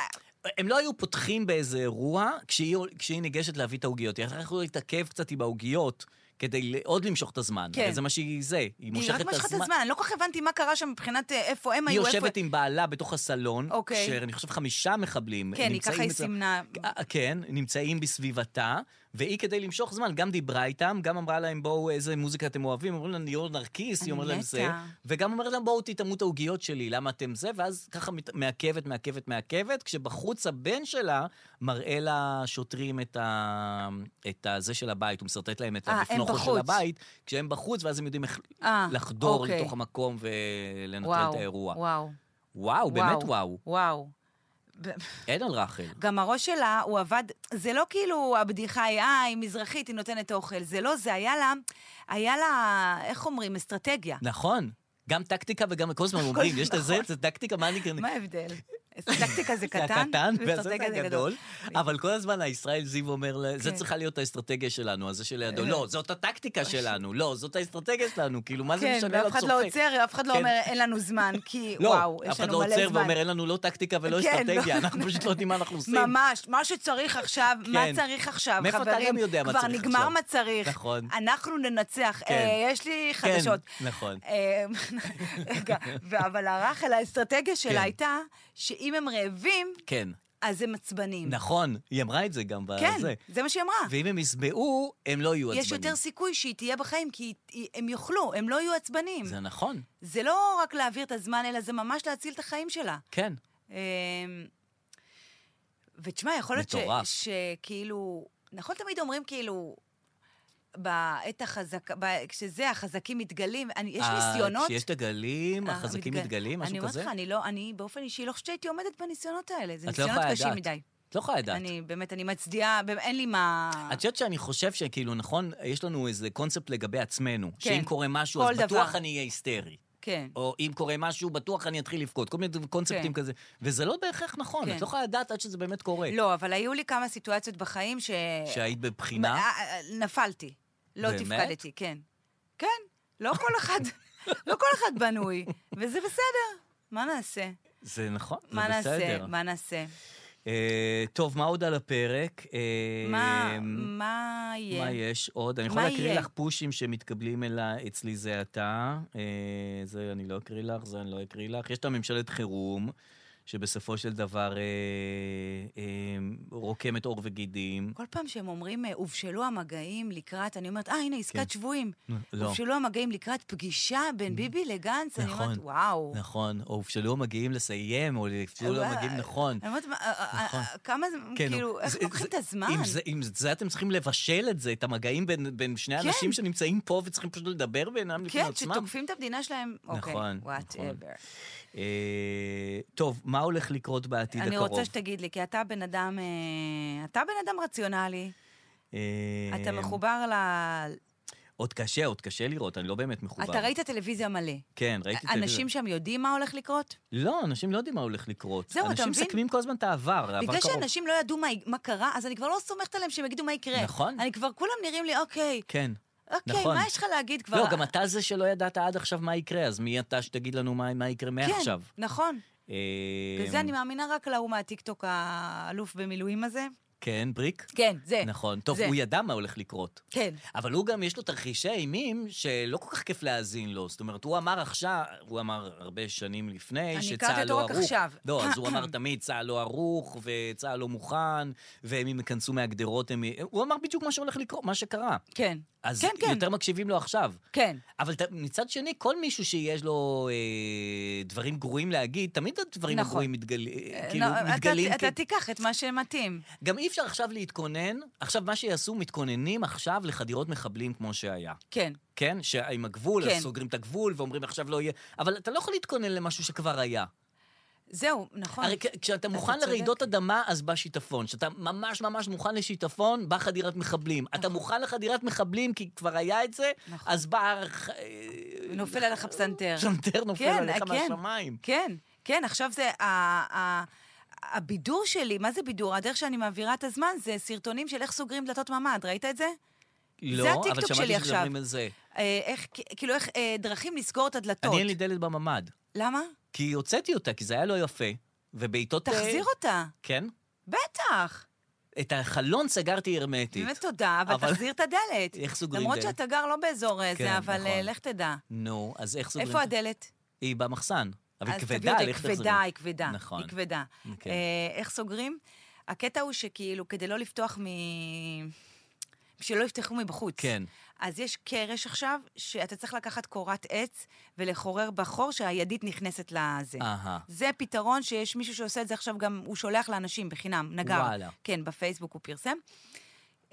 הם לא היו פותחים באיזה אירוע כשהיא, כשהיא ניגשת להביא את העוגיות. היא יכולה להתעכב קצת עם העוגיות, כדי ל- עוד למשוך את הזמן.
כן.
הרי זה מה שהיא זה, היא
היא
מושכת
רק
את
משכה את
הזמן.
הזמן, אני לא כל כך הבנתי מה קרה שם מבחינת אה, איפה הם
היא
היו, איפה...
יושבת עם בעלה בתוך הסלון,
אוקיי.
שאני חושב חמישה מחבלים
כן, היא
נמצאים
ככה היא
אצלה-
סימנה.
אה, כן, נמצאים בסביבתה, והיא כדי למשוך זמן, גם דיברה איתם, גם אמרה להם, בואו, איזה מוזיקה אתם אוהבים, אומרים לה, ניאור נרקיס,
אני
היא אומרת להם
מתה.
זה, וגם אומרת להם, בואו תטעמו את העוגיות שלי, למה אתם זה, ואז ככה מת- מעכבת, מעכבת, מעכבת, כשבחוץ הבן שלה מראה לשוטרים את ה... את הזה של הבית, הוא משרטט להם את
אה, הם
הדפנוכו של
בחוץ.
הבית, כשהם בחוץ, ואז הם יודעים איך
אה,
לחדור
אוקיי.
לתוך המקום ולנטרל
וואו,
את האירוע.
וואו,
וואו, באמת וואו.
וואו. ב-
אין על רחל.
גם הראש שלה, הוא עבד, זה לא כאילו הבדיחה היא, אה, היא מזרחית, היא נותנת אוכל, זה לא זה, היה לה, היה לה, איך אומרים, אסטרטגיה.
נכון. גם טקטיקה וגם כל הזמן אומרים, יש את זה,
נכון.
זה טקטיקה, מה אני כאן?
מה ההבדל? אסטרקטיקה זה
זה
קטן,
הקטן, והזה
ואסטרטגיה
זה הגדול. אבל כל הזמן הישראל זיו אומר, לה, זה
כן.
צריכה להיות האסטרטגיה שלנו, אז זה שלידו,
אה.
לא, זאת הטקטיקה שלנו, לא, זאת האסטרטגיה שלנו, כאילו, מה זה
כן,
משנה
ואף אחד
לצופה?
לא עוצר, אף אחד לא
כן.
אומר, אין לנו זמן, כי
לא,
וואו, יש
אף אחד
לנו
לא
מלא זמן.
עוצר ואומר, אין לנו לא טקטיקה ולא
כן,
אסטרטגיה,
לא.
אנחנו פשוט לא יודעים מה אנחנו עושים.
ממש, מה שצריך עכשיו, מה
כן.
צריך עכשיו,
מאיפה אתה
חברים,
גם יודע מה
כבר
צריך
נגמר
עכשיו?
מה צריך,
נכון.
אנחנו ננצח,
כן.
אה, יש לי חדשות.
כן, נכון.
אה, רגע, ו- אבל הרחל, האסטרטגיה
כן.
שלה הייתה שאם הם רעבים,
כן,
אז הם עצבנים.
נכון, היא אמרה את זה גם
אה. כן,
בזה.
זה מה שהיא אמרה.
ואם הם ישבעו, הם לא יהיו עצבנים.
יש יותר סיכוי שהיא תהיה בחיים, כי היא- הם יאכלו, הם לא יהיו עצבנים.
זה נכון,
זה לא רק להעביר את הזמן, אלא זה ממש להציל את החיים שלה.
כן.
אמ, ותשמע, יכול להיות ש-
מטורף.
שכאילו, נכון תמיד אומרים כאילו, בעת החזקה, ב- כשזה, החזקים מתגלים, אני- יש
אה,
ניסיונות...
כשיש את הגלים,
אה,
החזקים
מתגל-
מתגלים, משהו
אני אומרת
כזה?
לך, אני לא, אני באופן אישי לא חושבת שהייתי עומדת בניסיונות האלה. זה
את לא יכולה
ניסיונות קשים
לדעת.
מדי.
את לא יכולה לדעת.
אני באמת, אני מצדיעה, באמת, אין לי מה...
את חושבת שאני חושב שכאילו, נכון, יש לנו איזה קונספט לגבי עצמנו,
כן.
שאם קורה משהו, אז
כל
בטוח
דבר.
אני אהיה היסטרי.
כן.
או אם קורה משהו, בטוח אני אתחיל לבכות. כל מיני קונספטים
כן.
כזה. וזה לא בהכרח נכון,
כן.
את לא יכולה לדעת עד שזה באמת קורה.
לא, אבל היו לי כמה סיטואציות בחיים ש...
שהיית בבחינה,
אה, אה, נפלתי. לא
באמת?
תפקדתי, כן. כן, לא כל אחד, לא כל אחד בנוי, וזה בסדר. מה נעשה?
זה נכון, זה
מה נעשה?
בסדר.
מה נעשה?
אה, טוב, מה עוד על הפרק? אה,
מה, מה יהיה?
מה יש עוד? אני
מה
יכול להקריא
יהיה?
לך פושים שמתקבלים אליי, אצלי זה אתה. אה, זה אני לא אקריא לך, זה אני לא אקריא לך. יש את הממשלת חירום, שבסופו של דבר אה, אה, רוקמת עור וגידים.
כל פעם שהם אומרים, אה, הובשלו המגעים לקראת, אני אומרת, אה, הנה,
כן.
עסקת שבויים.
לא,
הובשלו המגעים לקראת פגישה בין ביבי לגנץ, אני אומרת,
נכון,
וואו.
נכון. או שלא מגיעים לסיים, או שלא
אולי-
מגיעים נכון.
אני אומרת, מה, אה, אה, אה, כמה, זה-
כן,
כאילו, איך
זה-
לוקחים
זה-
את הזמן?
אם זה, אם זה אתם צריכים לבשל את זה, את המגעים בין, בין שני
כן.
אנשים שנמצאים פה וצריכים פשוט לדבר בינם לבין
כן,
עצמם.
שתוקפים את המדינה שלהם, אוקיי,
נכון, נכון.
וואטאבר.
אה, טוב, מה הולך לקרות בעתיד
אני
הקרוב?
רוצה שתגיד לי, כי אתה בן אדם, אה, אתה בן אדם רציונלי,
אה,
אתה מחובר ל...
עוד קשה, עוד קשה לראות, אני לא באמת מחובר.
אתה ראית טלוויזיה מלא.
כן, ראיתי
אנשים שם יודעים מה הולך לקרות?
לא, אנשים לא יודעים מה הולך לקרות.
זהו, אתה
אנשים
מבין?
מסכמים כל הזמן את העבר, העבר קרוב.
בגלל שאנשים לא ידעו מה- מה קרה, אז אני כבר לא סומכת עליהם שהם יגידו מה יקרה.
נכון.
אני כבר, כולם נראים לי, אוקיי,
כן.
אוקיי,
נכון.
מה יש לך להגיד כבר?
לא, גם אתה זה שלא ידעת עד עכשיו מה יקרה, אז מי אתה שתגיד לנו מה מה יקרה מעכשיו?
כן, נכון.
אה,
וזה אני מאמינה רק להוא מהטיקטוק האלוף במילואים הזה.
כן, בריק?
כן, זה.
נכון. טוב,
זה.
הוא ידע מה הולך לקרות.
כן.
אבל הוא גם, יש לו תרחישי אימים שלא כל כך כיף להאזין לו. זאת אומרת, הוא אמר עכשיו, הוא אמר הרבה שנים לפני,
אני
שצה"ל
הכרתי
לא
אותו
ערוך.
רק עכשיו.
לא, אז הוא אמר תמיד, צה"ל לא ערוך, וצה"ל לא מוכן, ואם הם ייכנסו מהגדרות, הם... י-" הוא אמר בדיוק מה שהולך לקרות, מה שקרה.
כן,
אז
כן, כן.
יותר מקשיבים לו עכשיו.
כן.
אבל ת- מצד שני, כל מישהו שיש לו אה, דברים גרועים להגיד, תמיד הדברים
נכון.
הגרועים מתגל... אה, כאילו,
לא, אתה-
מתגלים.
אתה
כ-
תיקח את מה שמתאים.
גם אי אפשר עכשיו להתכונן. עכשיו, מה שיעשו, מתכוננים עכשיו לחדירות מחבלים כמו שהיה.
כן.
כן? שעם הגבול,
כן.
אז סוגרים את הגבול ואומרים עכשיו לא יהיה... אבל אתה לא יכול להתכונן למשהו שכבר היה.
זהו, נכון.
הרי כ- כשאתה מוכן
צודק.
לרעידות אדמה, אז בא שיטפון. כשאתה ממש ממש מוכן לשיטפון, בא חדירת מחבלים. אתה מוכן לחדירת מחבלים כי כבר היה את זה,
נכון.
אז בא... הח-
נופל עליך פסנתר.
פסנתר נופל
כן,
עליך
כן.
מהשמיים.
כן, כן, עכשיו זה... ה- ה- הבידור שלי, מה זה בידור? הדרך שאני מעבירה את הזמן זה סרטונים של איך סוגרים דלתות ממ"ד, ראית את זה?
לא, אבל
הטיקטוק שלי
שמעתי
עכשיו.
שמדברים על זה.
אה, איך, כאילו, איך אה, דרכים לסגור את הדלתות.
אני אין לי אוקיי. דלת בממ"ד.
למה?
כי הוצאתי אותה, כי זה היה לא יפה. ובעיטות... אה,
תחזיר אותה.
כן?
בטח.
את החלון סגרתי הרמטית.
באמת תודה, אבל
אבל-
תחזיר את הדלת.
איך סוגרים
למרות
דלת?
שאתה גר לא באזור אה,
כן,
זה, אבל אה,
נכון.
לך תדע.
נו, אז איך סוגרים?
איפה
את-
הדלת?
היא במחסן. אבל היא
אז
כבדה,
תביאו אותה,
איך
היא
תחזרי?
כבדה, היא כבדה.
נכון.
היא כבדה.
אוקיי.
אה, איך סוגרים? הקטע הוא שכאילו, כדי לא לפתוח מ... שלא יפתחו מבחוץ.
כן.
אז יש קרש עכשיו, שאתה צריך לקחת קורת עץ ולחורר בחור שהידית נכנסת לזה.
אהה.
זה פתרון שיש מישהו שעושה את זה עכשיו גם, הוא שולח לאנשים בחינם, נגר.
וואלה.
כן, בפייסבוק הוא פרסם.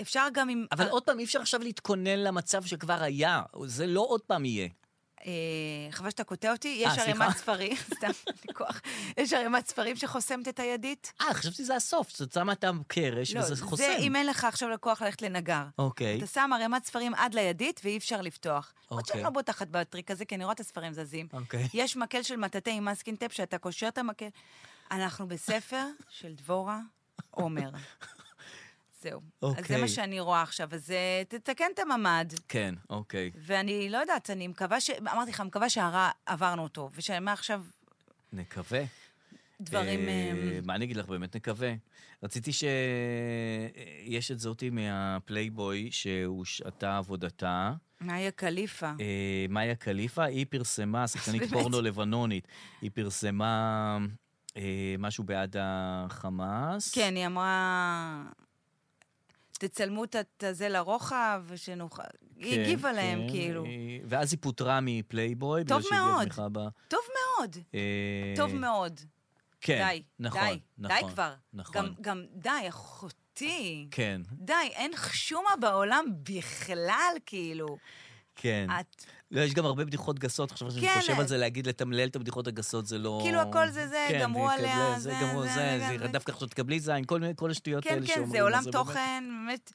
אפשר גם עם... אה,
אבל עוד פעם, אי אפשר עכשיו להתכונן למצב שכבר היה. זה לא עוד פעם יהיה.
אה, חבל שאתה קוטע אותי, יש
אה, סליחה.
ערימת ספרים, סתם, אין לי כוח. יש ערימת ספרים שחוסמת את הידית.
אה, חשבתי שזה הסוף, שאת שמה את הקרש וזה חוסם.
לא, זה אם אין לך עכשיו לקוח ללכת לנגר.
אוקיי.
אתה שם ערימת ספרים עד לידית ואי אפשר לפתוח. עוד
אוקיי.
שאני לא בוטחת בטריק הזה, כי אני רואה את הספרים זזים.
אוקיי.
יש מקל של מטאטא עם מסקינטפ שאתה קושר את המקל. אנחנו בספר של דבורה עומר. זהו. אז זה
אוקיי.
מה שאני רואה עכשיו. אז אה, תתקן את הממ"ד.
כן, אוקיי.
ואני לא יודעת, אני מקווה ש... אמרתי לך, מקווה שהרע עברנו אותו, ושמעכשיו
נקווה.
דברים...
אה,
אמ,
מה אני אגיד לך, באמת נקווה. רציתי שיש את זאתי מהפלייבוי שהושעתה עבודתה.
מאיה קליפה.
אה, מאיה קליפה, היא פרסמה, שחקנית
באמת?
פורנו לבנונית, היא פרסמה אה, משהו בעד החמאס.
כן, היא אמרה... תצלמו את את הזה לרוחב, ושנוכל... היא
כן,
הגיבה להם,
כן,
כאילו.
היא- ואז היא פוטרה מפלייבוי.
טוב
בגלל שהיא הביעה
מאוד.
תמיכה ב-
טוב מאוד,
אה,
טוב מאוד.
כן,
די,
נכון,
די,
נכון,
די כבר.
נכון.
גם- גם די, אחותי.
כן,
די, אין חשומה בעולם בכלל, כאילו.
כן.
את,
לא, יש גם הרבה בדיחות גסות, עכשיו שאני
כן,
חושב על
אז-
זה, להגיד לתמלל את הבדיחות הגסות, זה לא...
כאילו הכל זה זה,
כן,
גמרו
זה כזה,
עליה,
זה
זה-
גמרו
זה-
זה,
זה-
זה-
זה-
דווקא עכשיו תקבלי זין, כל מיני- כל השטויות
כן,
האלה שאומרים.
כן, זה עולם
באמת-
תוכן, באמת.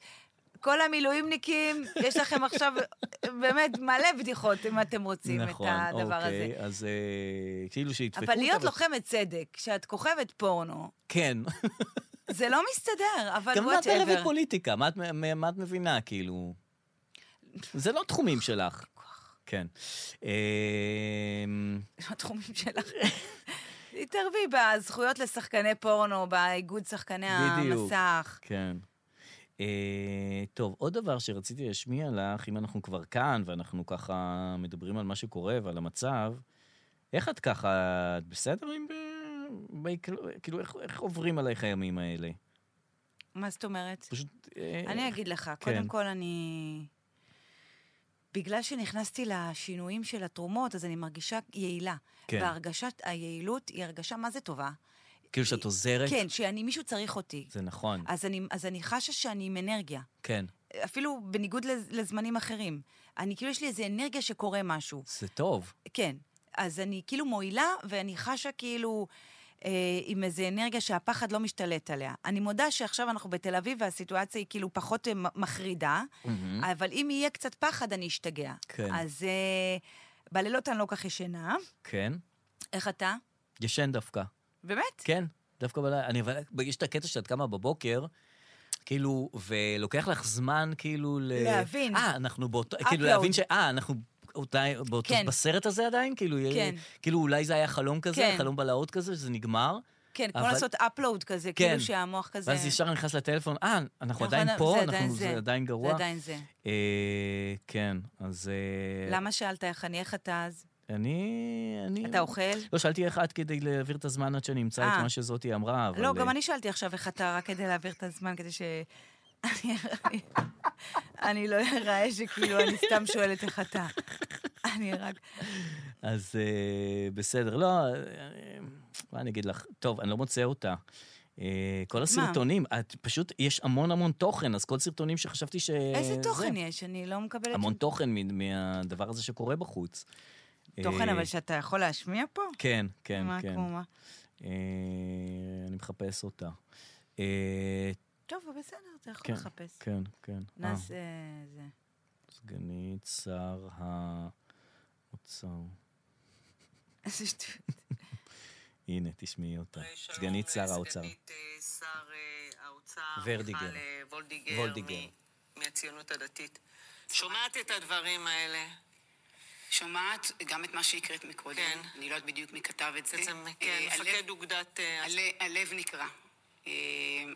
כל המילואימניקים, יש לכם עכשיו באמת מלא בדיחות, אם אתם רוצים את
נכון,
הדבר הזה.
אוקיי, אז אה, כאילו שידפקו
אבל להיות
אותה,
לוחמת צדק, כשאת כוכבת פורנו,
כן.
זה לא מסתדר, אבל
גם לא את מערבת
וואטאבר.
פוליטיקה, מה את- מה- מה את מבינה, כאילו? זה לא תחומים שלך. כן. אמ,
התחומים שלך. תתערבי בזכויות לשחקני פורנו, באיגוד שחקני
בדיוק.
המסך.
כן. אה, טוב, עוד דבר שרציתי להשמיע לך, אם אנחנו כבר כאן ואנחנו ככה מדברים על מה שקורה ועל המצב, איך את ככה, את בסדר עם... ב- ב- כאילו, איך, איך עוברים עלייך הימים האלה?
מה זאת אומרת?
פשוט... אה,
אני אגיד לך, קודם כל אני... בגלל שנכנסתי לשינויים של התרומות, אז אני מרגישה יעילה.
כן.
והרגשת היעילות היא הרגשה מה זה טובה.
כאילו שאת עוזרת?
כן, שאני, מישהו צריך אותי.
זה נכון,
אז אני, אז אני חשה שאני עם אנרגיה.
כן.
אפילו בניגוד לז- לזמנים אחרים. אני, כאילו, יש לי איזו אנרגיה שקורה משהו.
זה טוב.
כן. אז אני כאילו מועילה, ואני חשה כאילו אה, עם איזו אנרגיה שהפחד לא משתלט עליה. אני מודה שעכשיו אנחנו בתל אביב, והסיטואציה היא כאילו פחות אה, מ- מחרידה, אבל אם יהיה קצת פחד, אני אשתגע.
כן.
אז אה, בלילות אני לא כל כך ישנה.
כן.
איך אתה?
ישן דווקא.
באמת?
כן, דווקא בלילה. אני אבל... יש את הקטע שאת קמה בבוקר, כאילו, ולוקח לך זמן, כאילו, ל...
להבין.
אה, אנחנו באותו...
Upload.
כאילו, להבין ש... אה, אנחנו... אותי, באותו,
כן.
בסרט הזה עדיין? כאילו, יהיה-
כן.
כאילו אולי זה היה חלום כזה,
כן.
חלום בלהות כזה, שזה נגמר,
כן, כמו
אבל-
לעשות upload כזה,
כן.
כאילו שהמוח כזה...
ואז ישר נכנס לטלפון, אה, אנחנו עדיין
נכון,
פה,
זה
אנחנו,
עדיין
זה
זה.
עדיין גרוע.
זה עדיין זה.
אה, כן, אז... אה,
למה שאלת איך אני, איך אתה אז?
אני... אני...
אתה אוכל?
לא, שאלתי איך את כדי להעביר את הזמן עד שאני אמצא את
אה.
מה שזאתי אמרה, אבל...
לא,
אה,
גם אני שאלתי עכשיו איך אתה, רק כדי להעביר את הזמן, כדי ש... אני- אני לא אראה שכאילו, אני סתם שואלת איך אתה. אני רק...
אז אה, בסדר, לא, אה, מה אני אגיד לך? טוב, אני לא מוצא אותה. אה, כל הסרטונים, את פשוט, יש המון המון תוכן, אז כל סרטונים שחשבתי ש...
איזה
אה, זה,
תוכן יש? אני לא מקבלת...
המון תוכן מ- מהדבר הזה שקורה בחוץ.
תוכן,
אה,
אבל שאתה יכול להשמיע פה?
כן, כן,
מה,
כן.
כמו מה?
אה, אני מחפש אותה. אה,
טוב, אבל בסדר, אתה יכול
כן,
לחפש.
כן, כן. אה,
נס... אה, זה.
סגנית שר האוצר.
איזה שטויות.
הנה, תשמעי
לא,
אותה. סגנית שר האוצר.
סגנית אה, שר אה, האוצר,
ורדיגר.
מיכל אה, וולדיגר,
וולדיגר.
מ- מהציונות הדתית. שומעת את הדברים האלה?
אה, שומעת גם את מה שהקראת מקודם.
כן.
אני לא יודעת בדיוק מי כתב את זה.
בעצם,
אה,
כן,
הלב-
מפקד אוגדת... אה,
הלב- הלב נקרע. אה,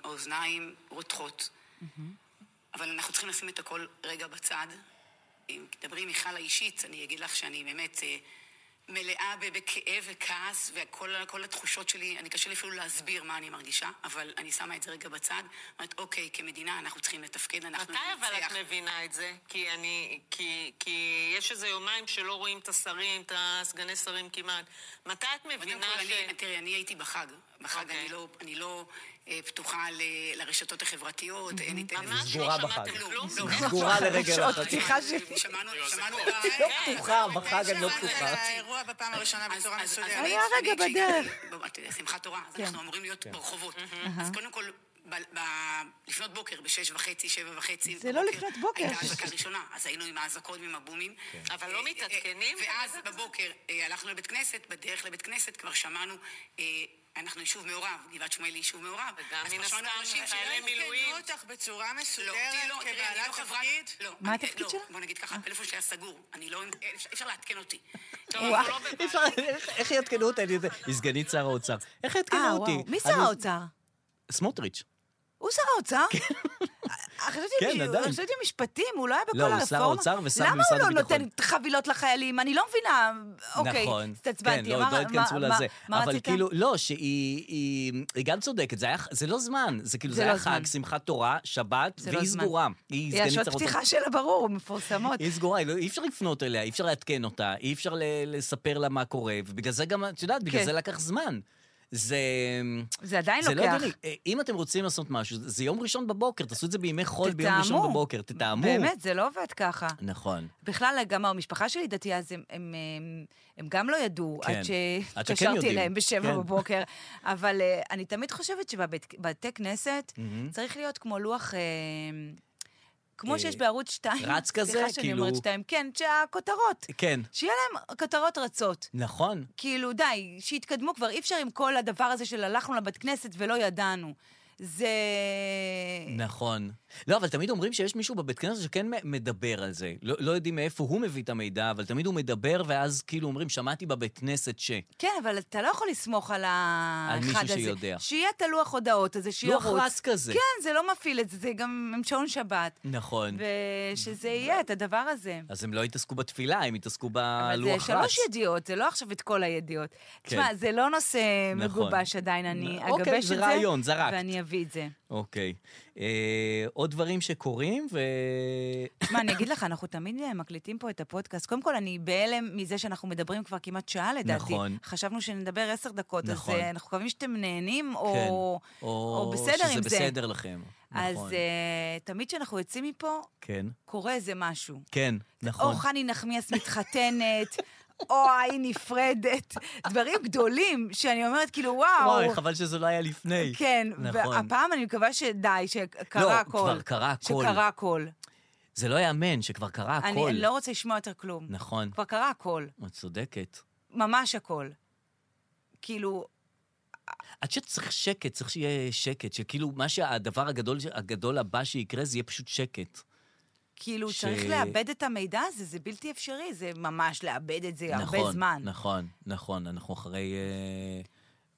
האוזניים רותחות.
Mm-hmm.
אבל אנחנו צריכים לשים את הכל רגע בצד. אם תדברי עם מיכל האישית, אני אגיד לך שאני באמת אה, מלאה ב- בכאב וכעס, וכל ה- כל התחושות שלי, אני קשה לי אפילו להסביר מה אני מרגישה, אבל אני שמה את זה רגע בצד. אומרת, אוקיי, כמדינה אנחנו צריכים לתפקד, אנחנו
מתי אבל את מבינה את זה? כי אני... כי, כי יש איזה יומיים שלא רואים את השרים, את הסגני שרים כמעט. מתי את
קודם
מבינה
כל,
ש... לא
אני, תראי, אני הייתי בחג. בחג
אוקיי.
אני לא, אני לא אה, פתוחה ל, לרשתות החברתיות, אין לי טלפון.
ממש לא
סגורה בחג.
שמעת כלום?
לא,
סגורה
נכון,
לרגע
לא,
אחד.
פתיחה
לא,
שלי.
שמענו, שמענו את ה-
לא פתוחה,
אה,
בחג אני לא
שמעת
פתוחה.
על האירוע בפעם הראשונה
אז-
בצורה
אז- אז
מסודרת.
אני-
היה
אני
רגע
כשהגעתי
בדרך.
ב- את יודעת, שמחת תורה, אז אנחנו אמורים להיות ברחובות. אז קודם כל, ב- ב- לפנות בוקר, בשש וחצי, שבע וחצי.
זה לא
בבוקר,
לפנות בוקר.
הייתה האזעקה הראשונה, אז היינו עם האזעקות ועם הבומים.
אבל לא
אה, אה,
מתעדכנים?
ואז בבוקר אה, הלכנו לבית כנסת, בדרך לבית כנסת כבר שמענו, אה, אנחנו יישוב מעורב, גבעת שמואל היא יישוב מעורב.
וגם
אז
מן
כבר שמענו
הסתם
אנשים
חיילי
שלא כן,
שלא
התקיימו
מילואים.
עדכנו אותך בצורה
לא, אותי
מסודרת
לא, תראי, אני לא
כבעלת
חברת...
תפקיד?
לא,
מה
אני-
התפקיד אה.
לא,
שלך?
בוא נגיד ככה, הטלפון שלי היה סגור. אני לא... אפשר- אפשר לעדכן אותי.
טוב,
וואו,
אנחנו לא בבעיה.
אי אפשר, איך- איך יעדכנו אותי? אני- היא סגנית שר האוצר. איך יעדכנו
אה,
אותי?
וואו. מי שר
אני-
האוצר?
סמוטריץ'.
הוא שר האוצר? אה, חשבתי
כן,
מישהו-
עדיין.
חשבתי משפטים, הוא לא היה בכל
לא, הוא
הרפורמה.
שר האוצר ושר
למה
במשרד
הוא לא
הביטחון.
נותן חבילות לחיילים? אני לא מבינה. אוקיי,
נכון.
התעצבנתי.
כן, לא,
מה-
לא התכנסו
מה- מה-
לזה.
מה
אבל
רצית?
כאילו, לא, שהיא היא- היא גם צודקת, זה היה- זה לא זמן. זה כאילו,
זה
זה היה
לא זמן.
חג, שמחת תורה, שבת,
זה לא
והיא
זמן.
סגורה. היא
היא
סגנית שר
השעות
האוצר.
פתיחה שלה ברור, הן מפורסמות.
היא סגורה, היא לא- אי אפשר לפנות אליה, אי אפשר לעדכן אותה, אי אפשר ל- לספר לה מה קורה, ובגלל זה גם, את יודעת, בגלל
כן.
זה לקח זמן. זה...
זה עדיין
זה לא
לוקח.
הגיוני. אה, אם אתם רוצים לעשות משהו, זה יום ראשון בבוקר, תעשו את זה בימי חול ביום ראשון
תתאמו.
בבוקר, תתאמו.
באמת, זה לא עובד ככה.
נכון.
בכלל, גם המשפחה שלי דתייה, אז הם, הם, הם, הם גם לא ידעו,
כן.
עד
עד שכן
שהתקשרתי
יודעים.
אליהם בשבע
כן.
בבוקר. אבל אה, אני תמיד חושבת שבבתי כנסת צריך להיות כמו לוח... אה,
אה,
כמו שיש בערוץ 2.
רץ כזה,
סליחה שאני
כאילו-
אומרת 2, כן, שהכותרות.
כן.
שיהיה להם כותרות רצות.
נכון.
כאילו, די, שיתקדמו כבר, אי אפשר עם כל הדבר הזה של הלכנו לבית כנסת ולא ידענו. זה...
נכון. לא, אבל תמיד אומרים שיש מישהו בבית כנסת שכן מ- מדבר על זה. לא, לא יודעים מאיפה הוא מביא את המידע, אבל תמיד הוא מדבר, ואז כאילו אומרים, שמעתי בבית כנסת ש...
כן, אבל אתה לא יכול לסמוך על האחד הזה.
מישהו שיודע.
שיהיה את הלוח הודעות הזה, שירוץ.
לוח רץ כזה.
כן, זה לא מפעיל את זה, זה גם עם שעון שבת.
נכון.
ושזה יהיה את הדבר הזה.
אז הם לא התעסקו בתפילה, הם התעסקו
אבל
בלוח
זה
רץ. כן.
שלוש ידיעות, זה לא עכשיו את כל הידיעות. תשמע, זה לא נושא
נכון.
מגובש עדיין, אני
נ- אוקיי,
אגבש את
זה
זה.
רעיון, זרקת.
ואני אביא את זה.
אוקיי. אה, עוד דברים שקורים, ו...
תשמע, אני אגיד לך, אנחנו תמיד אה, מקליטים פה את הפודקאסט. קודם כל, אני בהלם מזה שאנחנו מדברים כבר כמעט שעה, לדעתי.
נכון.
חשבנו שנדבר עשר דקות, אז
נכון.
אה, אנחנו מקווים שאתם נהנים, או,
כן.
או בסדר עם זה.
שזה בסדר לכם.
אז
נכון.
אה, תמיד כשאנחנו יוצאים מפה,
כן.
קורה איזה משהו.
כן, נכון.
או חני נחמיאס מתחתנת, או ההיא נפרדת. דברים גדולים, שאני אומרת, כאילו, וואו.
וואי, חבל שזה לא היה לפני.
כן,
נכון.
והפעם אני מקווה שדי,
לא,
שקרה הכל.
כבר קרה הכל.
שקרה הכל.
זה לא יאמן שכבר קרה הכל.
אני לא רוצה לשמוע יותר כלום.
נכון,
כבר קרה הכל,
את צודקת.
ממש הכל. כאילו,
עד שצריך שקט, צריך שיהיה שקט, שכאילו מה שהדבר הגדול, הגדול הבא שיקרה זה יהיה פשוט שקט.
כאילו
ש-
ש... צריך לאבד את המידע הזה, זה בלתי אפשרי, זה ממש לאבד את זה
נכון,
הרבה זמן.
נכון, נכון, אנחנו אחרי אה,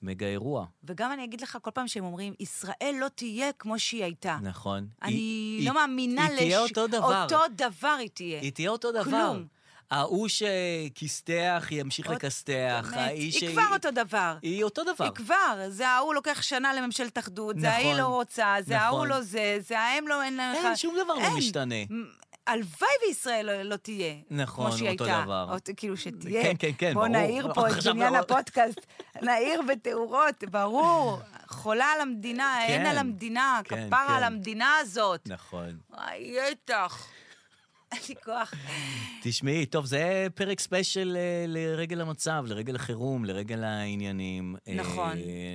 מגה אירוע,
וגם אני אגיד לך, כל פעם שהם אומרים, ישראל לא תהיה כמו שהיא הייתה.
נכון.
אה, אני
היא-
לא
היא-
מאמינה
היא תהיה
לש-
אותו דבר.
אותו דבר היא תהיה.
היא תהיה אותו דבר.
כלום.
ההוא שכיסתח, ימשיך
אות-
לכסתח.
באמת,
האיש
היא
שהיא-
כבר אותו דבר.
היא אותו דבר.
היא כבר, זה ההוא לוקח שנה לממשלת אחדות, זה
נכון.
ההיא לא רוצה, זה ההוא
נכון.
לא זה, זה ההם לא, אין לך...
אין, שום דבר לא
אין.
משתנה.
מ- הלוואי וישראל לא- לא תהיה.
נכון,
כמו שהיא
אותו
הייתה.
דבר.
אות- כאילו שתהיה.
כן, כן, כן,
בוא
ברור.
נעיר פה את
עכשיו
עניין
לא-
הפודקאסט. נעיר בתאורות, ברור. חולה על המדינה, אין
כן.
על המדינה,
כן, כן.
כפרה על המדינה הזאת.
נכון.
וואי, בטח. אין לי כוח.
אה, תשמעי, טוב, זה פרק ספיישל אה, לרגל המצב, לרגל החירום, לרגל העניינים. אה,
נכון.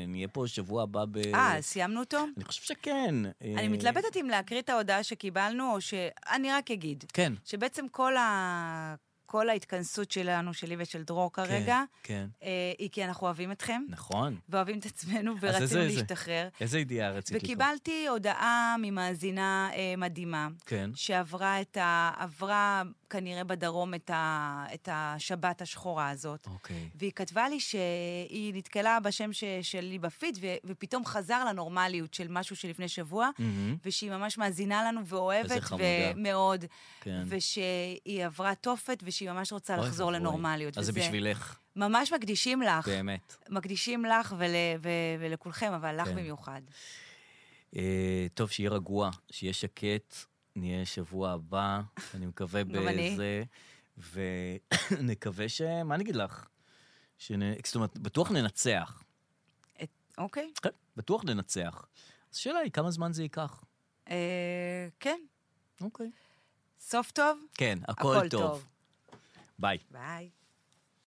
נהיה פה שבוע הבא ב...
אה, סיימנו אותו?
אני חושב שכן. אה,
אני מתלבטת אם להקריא את ההודעה שקיבלנו, או ש... אני רק אגיד.
כן.
שבעצם כל ה... כל ההתכנסות שלנו, שלי ושל דרור כרגע,
כן.
אה, היא כי אנחנו אוהבים אתכם,
נכון.
ואוהבים את עצמנו,
איזה-
ורצינו
איזה?
להשתחרר.
איזה ידיעה רצית לקרוא?
וקיבלתי הודעה ממאזינה אה, מדהימה,
כן.
שעברה את ה... עברה כנראה בדרום את, ה... את השבת השחורה הזאת.
אוקיי.
והיא כתבה לי שהיא נתקלה בשם ש... שלי בפיד, ו... ופתאום חזר לנורמליות של משהו שלפני שבוע,
מהמם.
ושהיא ממש מאזינה לנו ואוהבת,
Mm-hmm. איזה חמודה.
ומאוד,
כן.
ושהיא עברה תופת, ושהיא ממש רוצה
אוי
לחזור
ואבוי.
לנורמליות.
אז זה כן.
וזה-
בשבילך,
ממש מקדישים לך.
באמת.
מקדישים לך ול... ו... ולכולכם, אבל לך
כן.
במיוחד.
אה, טוב, שיהיה רגוע, שיהיה שקט, נהיה שבוע הבא, אני מקווה
גם אני.
בזה, ונקווה ש... מה אני אגיד לך? שנ... זאת אומרת, בטוח ננצח.
אוקיי?
כן, בטוח ננצח. אז השאלה היא כמה זמן זה ייקח.
אה, כן,
אוקיי.
סוף טוב,
כן, הכל,
הכל
טוב.
טוב.
ביי.
ביי.